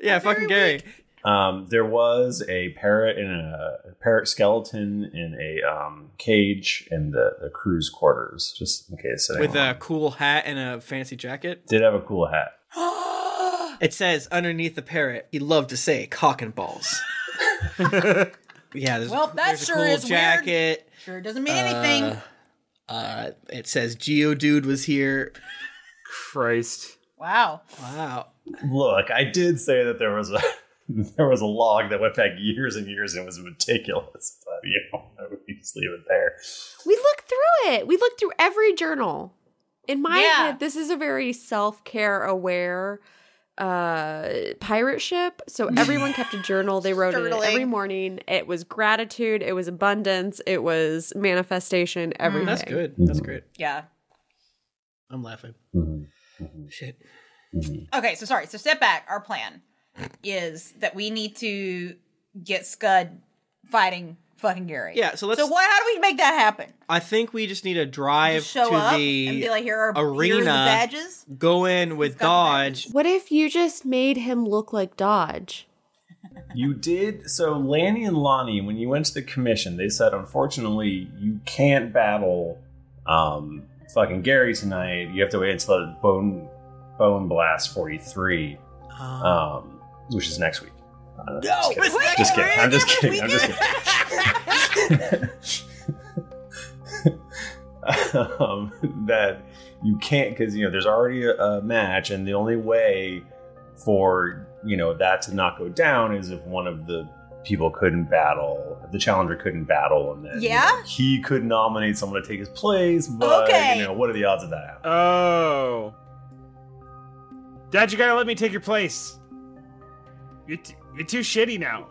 S3: Yeah, fucking Gary.
S1: Um, there was a parrot in a, a parrot skeleton in a um, cage in the, the crew's quarters, just in case.
S3: With
S1: anyone-
S3: a cool hat and a fancy jacket.
S1: did have a cool hat.
S3: It says underneath the parrot, he loved to say cock and balls. yeah, there's,
S4: Well, that
S3: there's a
S4: sure
S3: cool
S4: is
S3: jacket.
S4: weird. Sure doesn't mean anything.
S3: Uh, uh, it says Geodude was here.
S2: Christ.
S4: wow.
S3: Wow.
S1: Look, I did say that there was a there was a log that went back years and years and was meticulous, but you know, I would just leave it there.
S14: We look through it. We look through every journal. In my
S4: Yeah.
S14: head, this is a very self-care aware uh pirate ship. So everyone kept a journal. They wrote in it
S4: Journaling.
S14: every morning. It was gratitude, it was abundance, it was manifestation, everything.
S3: That's good. That's great.
S4: Hmm. Yeah.
S3: I'm laughing. Shit.
S4: Okay, so sorry. So step back. Our plan is that we need to get Scud fighting fucking Gary.
S3: Yeah, so let's-
S4: So what? How do we make that happen?
S3: I think we just need to drive
S4: Just show
S3: to
S4: up
S3: the
S4: and be like, "Here are
S3: arena.
S4: Here are the badges."
S3: Go in with Dodge.
S14: What if you just made him look like Dodge?
S1: You did so, Lanny and Lonnie. When you went to the commission, they said, unfortunately, you can't battle um, fucking Gary tonight. You have to wait until Bone Bone Blast forty three, um, which is next week. Uh,
S3: Uh-huh. No,
S1: just kidding.
S3: it's
S1: just
S3: next
S1: kidding. I'm just kidding. I'm just kidding. um, that you can't because you know there's already a, a match, and the only way for you know that to not go down is if one of the people couldn't battle, the challenger couldn't battle, and then
S4: Yeah?
S1: he could nominate someone to take his place. But
S4: Okay.
S1: you know what are the odds of that happening?
S2: Oh. Dad, you gotta let me take your place. You're, t- you're too shitty now.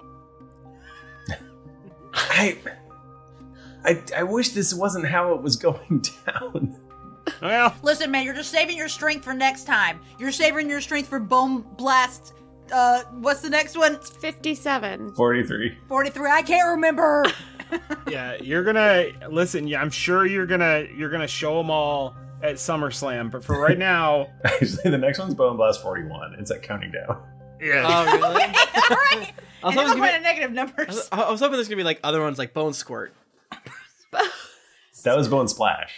S1: I, I I wish this wasn't how it was going down.
S2: Well,
S4: Listen, man, you're just saving your strength for next time. You're saving your strength for Bone Blast. Uh, what's the next one?
S14: Fifty-seven.
S1: forty three.
S4: Forty-three. I can't remember.
S2: Yeah, you're gonna listen. Yeah, I'm sure you're gonna you're gonna show them all at SummerSlam. But for right now,
S1: Actually, the next one's Bone Blast forty one. It's at counting down.
S2: yeah.
S3: Oh, really?
S4: right.
S3: I was, hoping it was
S4: And then we'll
S3: gonna
S4: find a negative numbers.
S3: be, I was hoping there's gonna be like other ones like Bone Squirt.
S1: That was Bone Splash.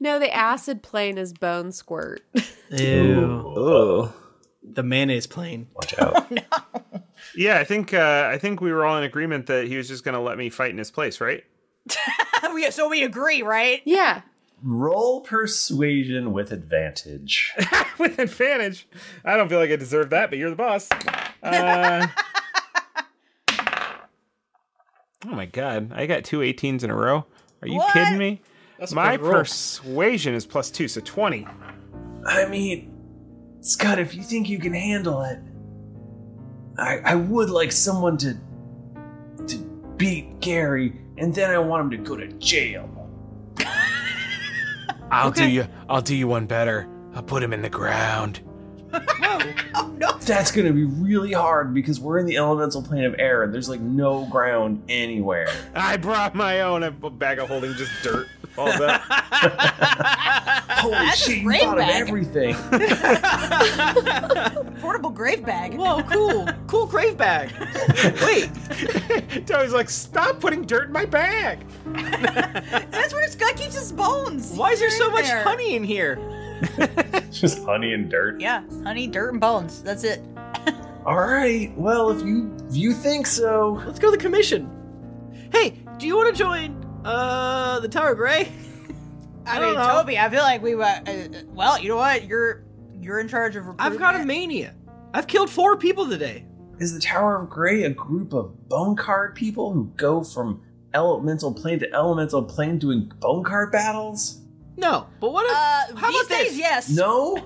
S14: No, the acid plane is bone squirt.
S3: Ew. The mayonnaise plane.
S1: Watch
S2: Oh,
S1: out.
S2: yeah, I think uh, I think we were all in agreement that he was just gonna let me fight in his place, right?
S4: We- so we agree, right?
S14: Yeah.
S1: Roll persuasion with advantage.
S2: With advantage. I don't feel like I deserve that, but you're the boss. Uh, oh my god, I got two 18s in a row. Are you
S1: What?
S2: kidding me?
S1: That's a
S2: My
S1: good roll.
S2: persuasion is plus two, so twenty.
S1: I mean, Scott, if you think you can handle it, I, I would like someone to to beat Gary, and then I want him to go to jail.
S10: I'll do you. I'll do you one better. I'll put him in the ground.
S1: That's gonna be really hard because we're in the elemental plane of air, and there's like no ground anywhere.
S2: I brought my own a bag of holding just dirt. All that.
S1: Holy
S4: That's
S1: shit,
S4: his
S1: you
S4: grave
S1: thought
S4: bag.
S1: of everything.
S4: Portable grave bag.
S3: Whoa, cool. cool grave bag.
S2: Toby's like, stop putting dirt in my bag.
S4: That's where Scott keeps his bones.
S3: Why is there so
S4: Right
S3: much
S4: there.
S3: honey in here?
S1: Just honey and dirt.
S4: Yeah, honey, dirt, and bones. That's it.
S1: All right. Well, if you if you think so,
S3: let's go to the commission. Hey, do you want to join uh the Tower Gray?
S4: I,
S3: I
S4: mean,
S3: don't know.
S4: Toby, I feel like we were. Uh, well, you know what? You're you're in charge of.
S3: I've got a mania. I've killed four people today.
S1: is the Tower of Grey a group of bone card people who go from elemental plane to elemental plane doing bone card battles?
S3: No, but what if?
S4: Uh,
S3: how
S4: these
S3: about this?
S4: days, yes.
S1: No.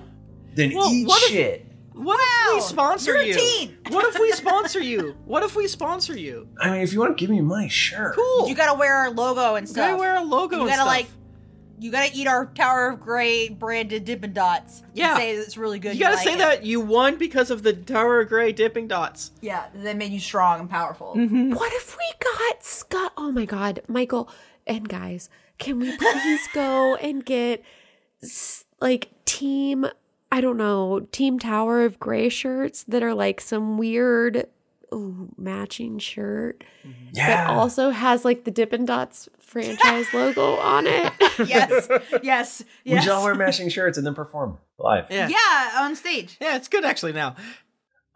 S1: Then
S3: Well,
S1: eat
S3: what if-
S1: shit.
S3: What if we sponsor
S4: you're a
S3: you?
S4: teen.
S3: What if we sponsor you? What if we sponsor you?
S1: I mean, if you want to give me money, sure.
S4: Cool. You gotta wear our logo and stuff.
S3: gotta wear our logo
S4: You
S3: and
S4: gotta
S3: stuff.
S4: like. You gotta eat our Tower of Grey branded Dippin' Dots. and
S3: Yeah.
S4: say that it's really good.
S3: you gotta
S4: like
S3: say
S4: it.
S3: that you won because of the Tower of Gray dipping dots.
S4: Yeah, that made you strong and powerful.
S3: Mm-hmm.
S7: Mhm.
S5: What if we got Scott? Oh my God, Michael and guys, can we please go and get s- like team? I don't know, team Tower of Gray shirts that are like some weird ooh, matching shirt
S1: Yeah.
S5: that also has like the Dippin' Dots franchise logo on it.
S4: yes, yes,
S1: We should all wear matching shirts and then perform live.
S4: Yeah. on stage.
S3: Yeah, it's good actually now.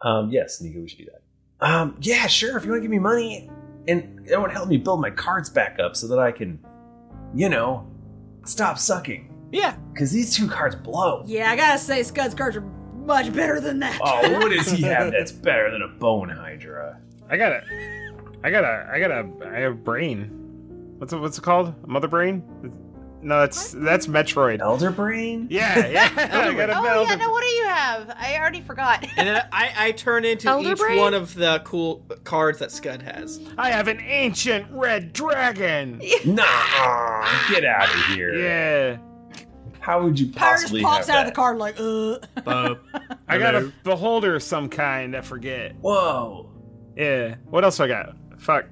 S1: Um, yes, Nika, we should do that. Um, yeah, sure. If you want to give me money, and that would help me build my cards back up so that I can, you know, stop sucking.
S3: Yeah.
S1: Because these two cards blow.
S4: Yeah, I gotta say, Scud's cards are much better than that.
S1: Oh, what does he have that's better than a bone hydra?
S2: I got a, I got a, I got a, I have a brain. What's it, what's it called? Mother brain? No, that's that's Metroid.
S1: Elder brain?
S2: Yeah, yeah. I got a
S4: oh
S2: elder-
S4: yeah, no, what do you have? I already forgot.
S3: And then I, I turn into
S4: Elder
S3: each
S4: Brain?
S3: one of the cool cards that Scud has.
S2: I have an ancient red dragon.
S1: Nah, get out of here.
S2: Yeah.
S1: How would you possibly have that?
S4: card like, uh.
S2: I got a beholder of some kind. I forget.
S1: Whoa.
S2: Yeah. What else I got? Fuck.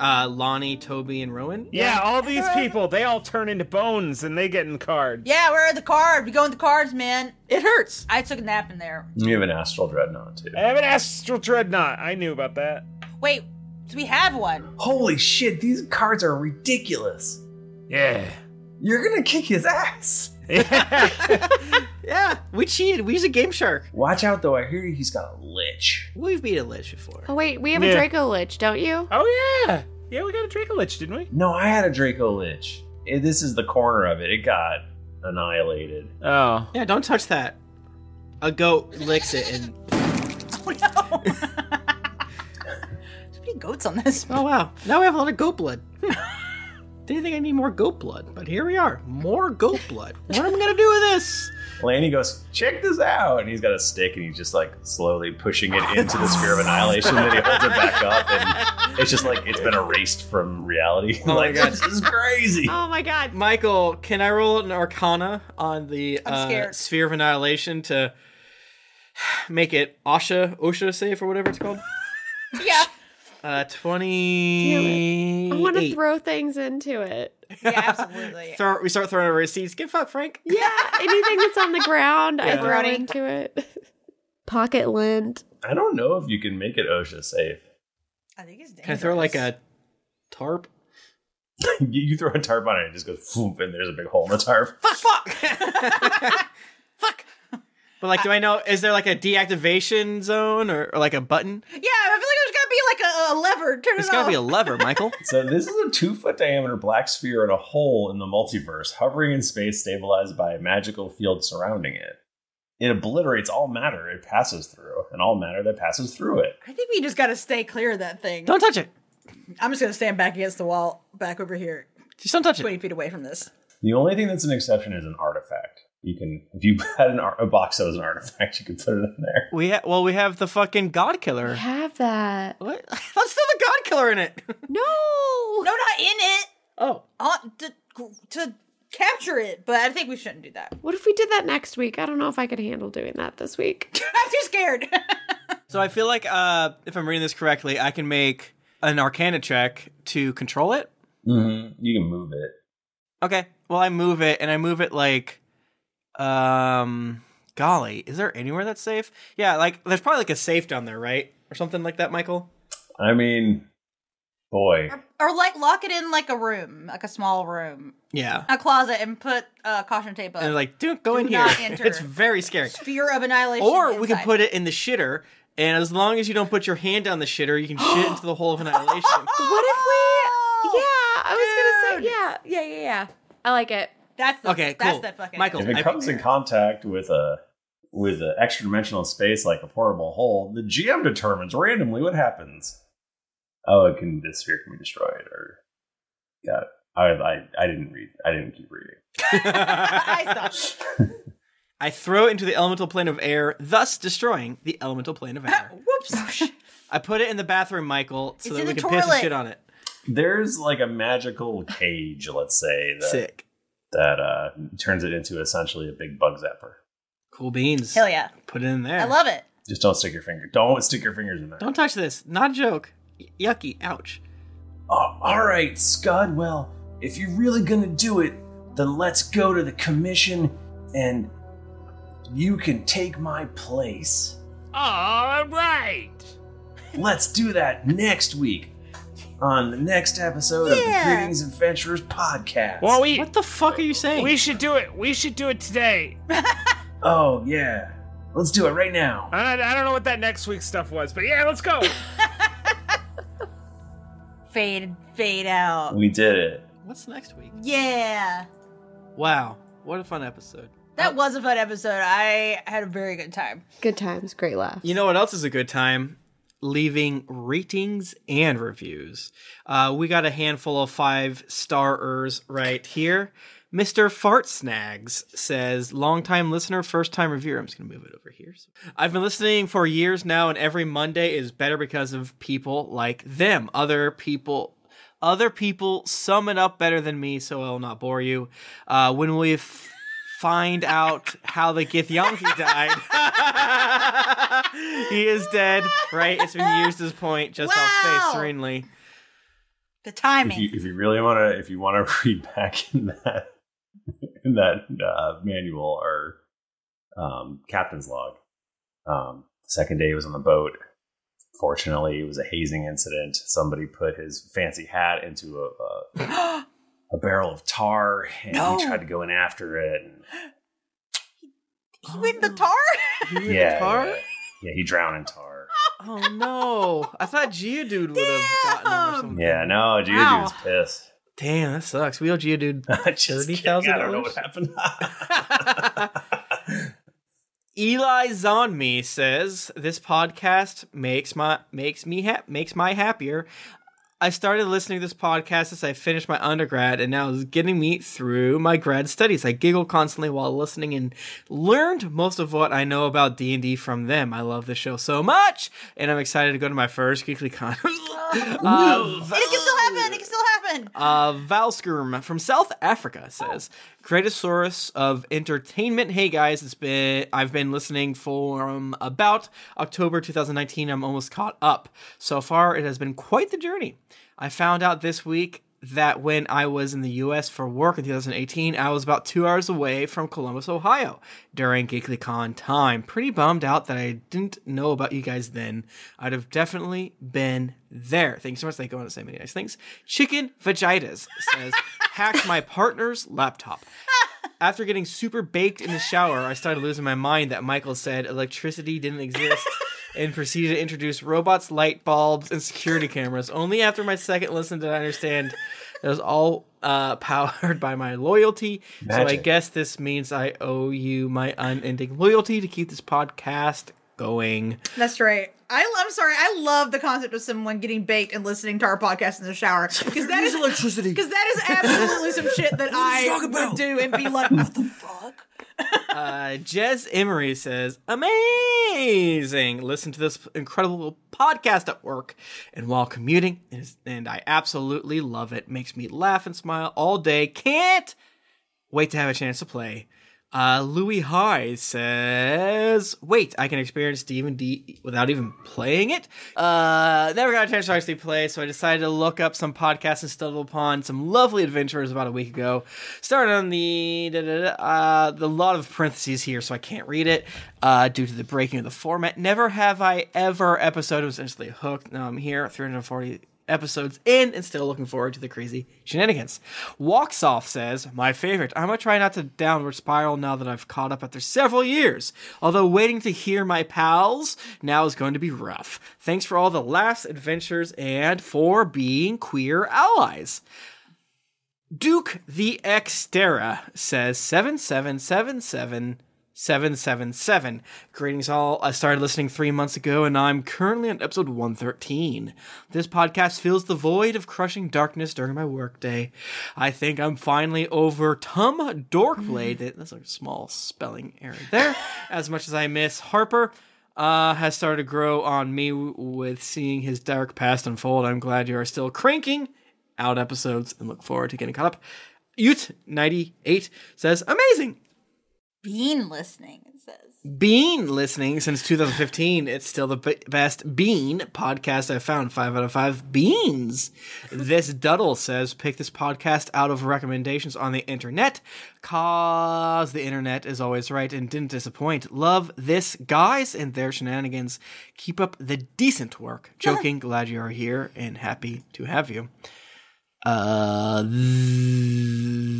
S3: Uh, Lonnie, Toby, and Rowan.
S2: Yeah, all these people, they all turn into bones and they get in cards.
S4: Yeah, where are the cards? We go in the cards, man.
S3: It hurts.
S4: I took a nap in there.
S1: You have an astral dreadnought, too.
S2: I have an astral dreadnought. I knew about that.
S4: Wait, do we have one?
S1: Holy shit, these cards are ridiculous.
S2: Yeah.
S1: You're gonna kick his ass.
S3: Yeah, we cheated. We used a Game Shark.
S1: Watch out, though. I hear he's got a lich.
S3: We've beat a lich before.
S5: Oh wait, we have a
S1: Yeah.
S5: Draco Lich, don't you?
S2: Oh yeah, yeah, we got a Draco Lich, didn't we?
S1: No, I had a Draco Lich. Eh, This is the corner of it. It got annihilated.
S2: Oh.
S3: Yeah, don't touch that. A goat licks it and.
S4: Oh, There's many goats on this.
S3: Oh, wow. Now we have a lot of goat blood. Hmm. Didn't think I need more goat blood, but here we are. More goat blood. What am I going to do with this?
S1: Lanny goes, check this out. And he's got a stick and he's just like slowly pushing it into the sphere of annihilation. then he holds it back up and it's just like it's been erased from reality.
S3: Oh my
S1: like,
S3: God.
S1: this is crazy.
S5: Oh my god.
S3: Michael, can I roll an arcana on the
S4: I'm
S3: uh,
S4: scared.
S3: sphere of annihilation to make it Asha, OSHA safe or whatever it's called?
S4: Yeah.
S3: Uh, 20.
S5: I want to throw things into it.
S3: we start throwing our receipts. Give up, Frank.
S5: Yeah, anything that's on the ground, I
S1: Yeah.
S5: throw into it. Pocket lint.
S1: I don't know if you can make it OSHA safe.
S4: I think it's
S3: Can I throw like a tarp?
S1: you, you throw a tarp on it and it just goes, whoop, and there's a big hole in the tarp.
S3: But like, do I know? Is there like a deactivation zone or, or like a button?
S4: Yeah, I feel like there's gotta be like a, a lever. Turn
S3: There's
S4: it
S3: got
S4: off.
S3: to be a lever, Michael.
S1: So this is a two foot diameter black sphere in a hole in the multiverse, hovering in space, stabilized by a magical field surrounding it. It obliterates all matter it passes through, and all matter that passes through it.
S4: I think we just gotta stay clear of that thing.
S3: Don't touch it.
S4: I'm just gonna stand back against the wall, back over here.
S3: Just don't touch it.
S4: 20 feet away from this.
S1: The only thing that's an exception is an artifact. You can, if you had an ar- a box that was an artifact, you could put it in there.
S3: We ha- well, we have the fucking God Killer.
S5: Have that.
S3: What? Let's throw the God Killer in it.
S5: No.
S4: No, not in it.
S3: Oh.
S4: On, to, to capture it, but I think we shouldn't do that.
S5: What if we did that next week? I don't know if I could handle doing that this week.
S4: I'm too scared.
S3: So I feel like uh, if I'm reading this correctly, I can make an Arcana check to control it.
S1: Mm-hmm. You can move it.
S3: Okay. Well, I move it, and I move it like Um, golly, is there anywhere that's safe? Yeah, like there's probably like a safe down there, right, or something like that, Michael.
S1: I mean, boy.
S4: Or like lock it in like a room, like a small room,
S3: Yeah,
S4: a closet, and put uh, caution tape up.
S3: and like, don't go
S4: Do
S3: in here.
S4: not enter.
S3: It's very scary.
S4: Fear of annihilation.
S3: Or we can
S4: inside.
S3: put it in the shitter, and as long as you don't put your hand down the shitter, you can shit into the hole of annihilation.
S5: What if we? Yeah, I was gonna say yeah, yeah, yeah, yeah. I like it.
S4: That's
S3: the- Okay, that's cool. the fucking- Michael,
S1: if it
S3: I-
S1: comes in contact with a with an extra dimensional space like a portable hole, the GM determines randomly what happens. Oh, it can this sphere can be destroyed, or got it. I, I I didn't read. I didn't keep reading.
S3: I throw it into the elemental plane of air, thus destroying the elemental plane of air.
S4: Whoops.
S3: I put it in the bathroom, Michael, so
S4: It's
S3: that
S4: in
S3: we
S4: the
S3: can piss and
S4: toilet.
S3: shit on it.
S1: There's like a magical cage, let's say that
S3: Sick.
S1: that uh, turns it into essentially a big bug zapper.
S3: Cool beans.
S4: Hell yeah.
S3: Put it in there.
S4: I love it.
S1: Just don't stick your finger. Don't stick your fingers in there.
S3: Don't touch this. Not a joke. Y- yucky. Ouch.
S1: Oh, all right, Scud. Well, if you're really gonna do it, then let's go to the commission, and you can take my place.
S10: All right.
S1: Let's do that next week on the next episode of the
S10: Yeah.
S1: Greetings Adventurers podcast.
S10: Well, we.
S3: What the fuck are you saying?
S10: We should do it. We should do it today.
S1: Oh yeah, let's do it right now.
S10: I, I don't know what that next week stuff was, but yeah, let's go.
S4: Fade, fade out.
S1: We did it.
S3: What's next week?
S4: Yeah.
S3: Wow. What a fun episode.
S4: That was a fun episode. I had a very good time.
S5: Good times, great laugh.
S3: You know what else is a good time? Leaving ratings and reviews. Uh, we got a handful of five starers right here. Mr. Fart Snags says, longtime listener, first time reviewer. I'm just going to move it over here. I've been listening for years now, and every Monday is better because of people like them. Other people. Other people sum it up better than me, so I will not bore you. Uh, when we f- find out how the Githyanki died, he is dead, right? It's been years to this point, just off space serenely.
S4: The
S1: If you, if you really want to, if you want to read back in that in that uh, manual or um, captain's log, um, second day was on the boat. Fortunately, it was a hazing incident. Somebody put his fancy hat into a a, a barrel of tar, and
S4: No.
S1: he tried to go in after it. And,
S4: He went the tar?
S1: yeah, yeah, yeah, Yeah, he drowned in tar.
S3: Oh no! I thought Geodude would have gotten him or
S10: Oh,
S3: something.
S1: Yeah, no, dude,
S3: Wow.
S1: was pissed.
S3: Damn, that sucks. We owe Geodude thirty thousand
S1: I don't know
S3: dollars.
S1: what happened.
S3: Eli Zonmi says this podcast makes my makes me ha- makes my happier. I started listening to this podcast as I finished my undergrad, and now it's getting me through my grad studies. I giggle constantly while listening and learned most of what I know about D and D from them. I love the show so much, and I'm excited to go to my first GeeklyCon. Uh,
S4: Um, it can still happen. It can still happen.
S3: Uh, Valskerm from South Africa says, "Greatest source of entertainment." Hey guys, it's been I've been listening from about October 2019. I'm almost caught up. So far, it has been quite the journey. I found out this week that when I was in the U.S. for work in 2018, I was about two hours away from Columbus, Ohio, during GeeklyCon time. Pretty bummed out that I didn't know about you guys then. I'd have definitely been there. Thanks so much. They go on to say many nice things. Chicken Vagitas says, hacked my partner's laptop. After getting super baked in the shower, I started losing my mind that Michael said electricity didn't exist and proceeded to introduce robots, light bulbs, and security cameras. Only after my second listen did I understand that it was all uh, powered by my loyalty. So I
S1: Magic.
S3: guess this means I owe you my unending loyalty to keep this podcast going.
S4: That's right. I, I'm sorry. I love the concept of someone getting baked and listening to our podcast in the shower because that is electricity. Because that is absolutely some shit that I would do and be like, what the
S3: uh, Jez Emery says, amazing. Listen to this incredible podcast at work and while commuting, and- and I absolutely love it. Makes me laugh and smile all day. Can't wait to have a chance to play. Uh, Louis High says, "Wait, I can experience D&D without even playing it. Uh, never got a chance to actually play, so I decided to look up some podcasts and stumbled upon some lovely adventures about a week ago. Started on the da, da, da, uh, the lot of parentheses here, so I can't read it uh, due to the breaking of the format. Never have I ever episode was instantly hooked. Now I'm here, 340." episodes in and still looking forward to the crazy shenanigans. Walks Off says, My favorite. I'm going to try not to downward spiral now that I've caught up after several years. Although waiting to hear my pals now is going to be rough. Thanks for all the laughs, adventures, and for being queer allies. Duke the Xterra says, 7777. 777. Greetings, all. I started listening three months ago, and I'm currently on episode 113. This podcast fills the void of crushing darkness during my workday. I think I'm finally over Tum Dorkblade. That's a small spelling error there. As much as I miss Harper, uh, has started to grow on me w- with seeing his dark past unfold. I'm glad you are still cranking out episodes and look forward to getting caught up. Ute98 says, Amazing!
S4: Bean listening. It says
S3: Bean listening since 2015. It's still the b- best Bean podcast I've found. Five out of five beans. this Duddle says pick this podcast out of recommendations on the internet, cause the internet is always right and didn't disappoint. Love this guys and their shenanigans. Keep up the decent work. Joking, glad you are here and happy to have you. Uh,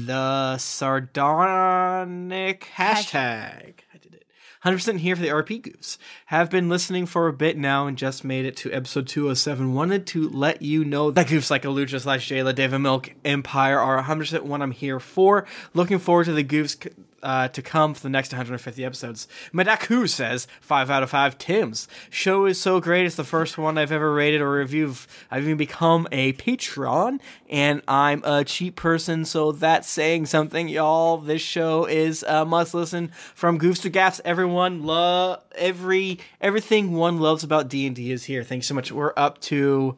S3: the sardonic hashtag. I did it. 100% here for the RP Goofs. Have been listening for a bit now and just made it to episode 207. Wanted to let you know that Goofs like Alucha slash Jayla, David Milk, Empire are 100% what I'm here for. Looking forward to the Goofs c- uh, to come for the next 150 episodes. Madaku says, 5 out of 5 Tim's. Show is so great, it's the first one I've ever rated or reviewed. I've even become a patron, and I'm a cheap person, so that's saying something, y'all. This show is a must listen from goofs to gaffs. Everyone love every everything one loves about D&D is here. Thanks so much. We're up to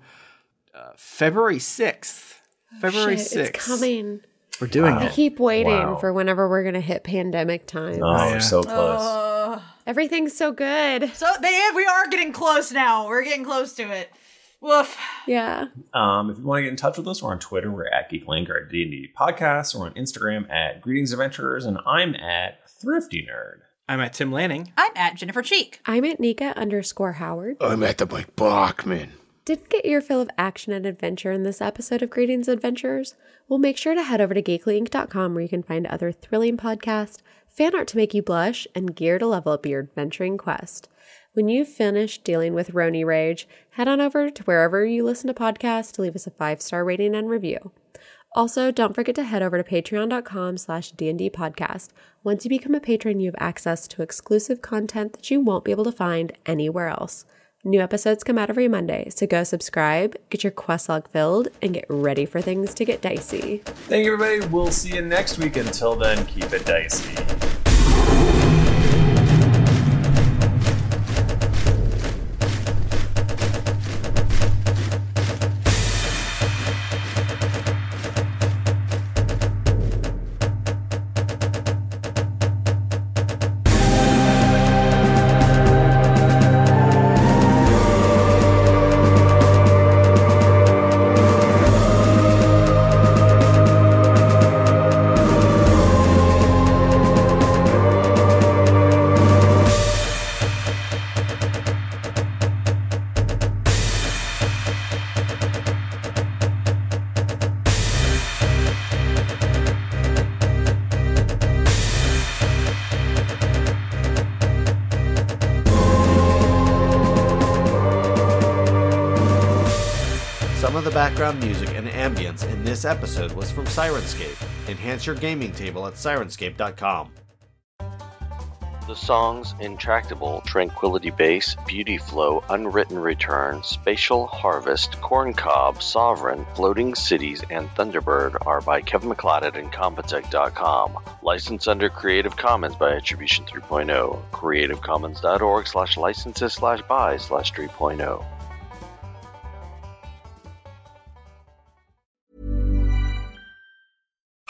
S3: uh, February 6th. February
S5: Shit,
S3: 6th.
S5: It's coming.
S3: We're doing
S5: I
S3: it.
S5: keep waiting
S3: Wow.
S5: for whenever we're gonna hit pandemic time.
S1: Oh, we're so close.
S5: Everything's so good.
S4: So they we are getting close now. We're getting close to it. Woof.
S5: Yeah.
S1: Um, if you want to get in touch with us, we're on Twitter. We're at GeekLink or at D&D Podcast. We're on Instagram at Greetings Adventurers. And I'm at Thrifty Nerd.
S3: I'm at Tim Lanning.
S4: I'm at Jennifer Cheek.
S5: I'm at Nika underscore Howard.
S8: at the Mike Bachman.
S5: Didn't get your fill of action and adventure in this episode of Greetings Adventurers? Well, make sure to head over to geeklyinc.com where you can find other thrilling podcasts, fan art to make you blush, and gear to level up your adventuring quest. When you've finished dealing with Rony Rage, head on over to wherever you listen to podcasts to leave us a five-star rating and review. Also, don't forget to head over to patreon.com slash D&D podcast. Once you become a patron, you have access to exclusive content that you won't be able to find anywhere else. New episodes come out every Monday, so go subscribe, get your quest log filled, and get ready for things to get dicey.
S1: Thank you, everybody. We'll see you next week. Until then, keep it dicey.
S8: Some of the background music and ambience in this episode was from Sirenscape. Enhance your gaming table at sirenscape.com.
S16: The songs Intractable, Tranquility Base, Beauty Flow, Unwritten Return, Spatial Harvest, Corncob, Sovereign, Floating Cities, and Thunderbird are by Kevin McLeod at Incompetech.com. Licensed under Creative Commons by Attribution oh. 3.0. CreativeCommons.org slash licenses slash buy slash oh. 3.0.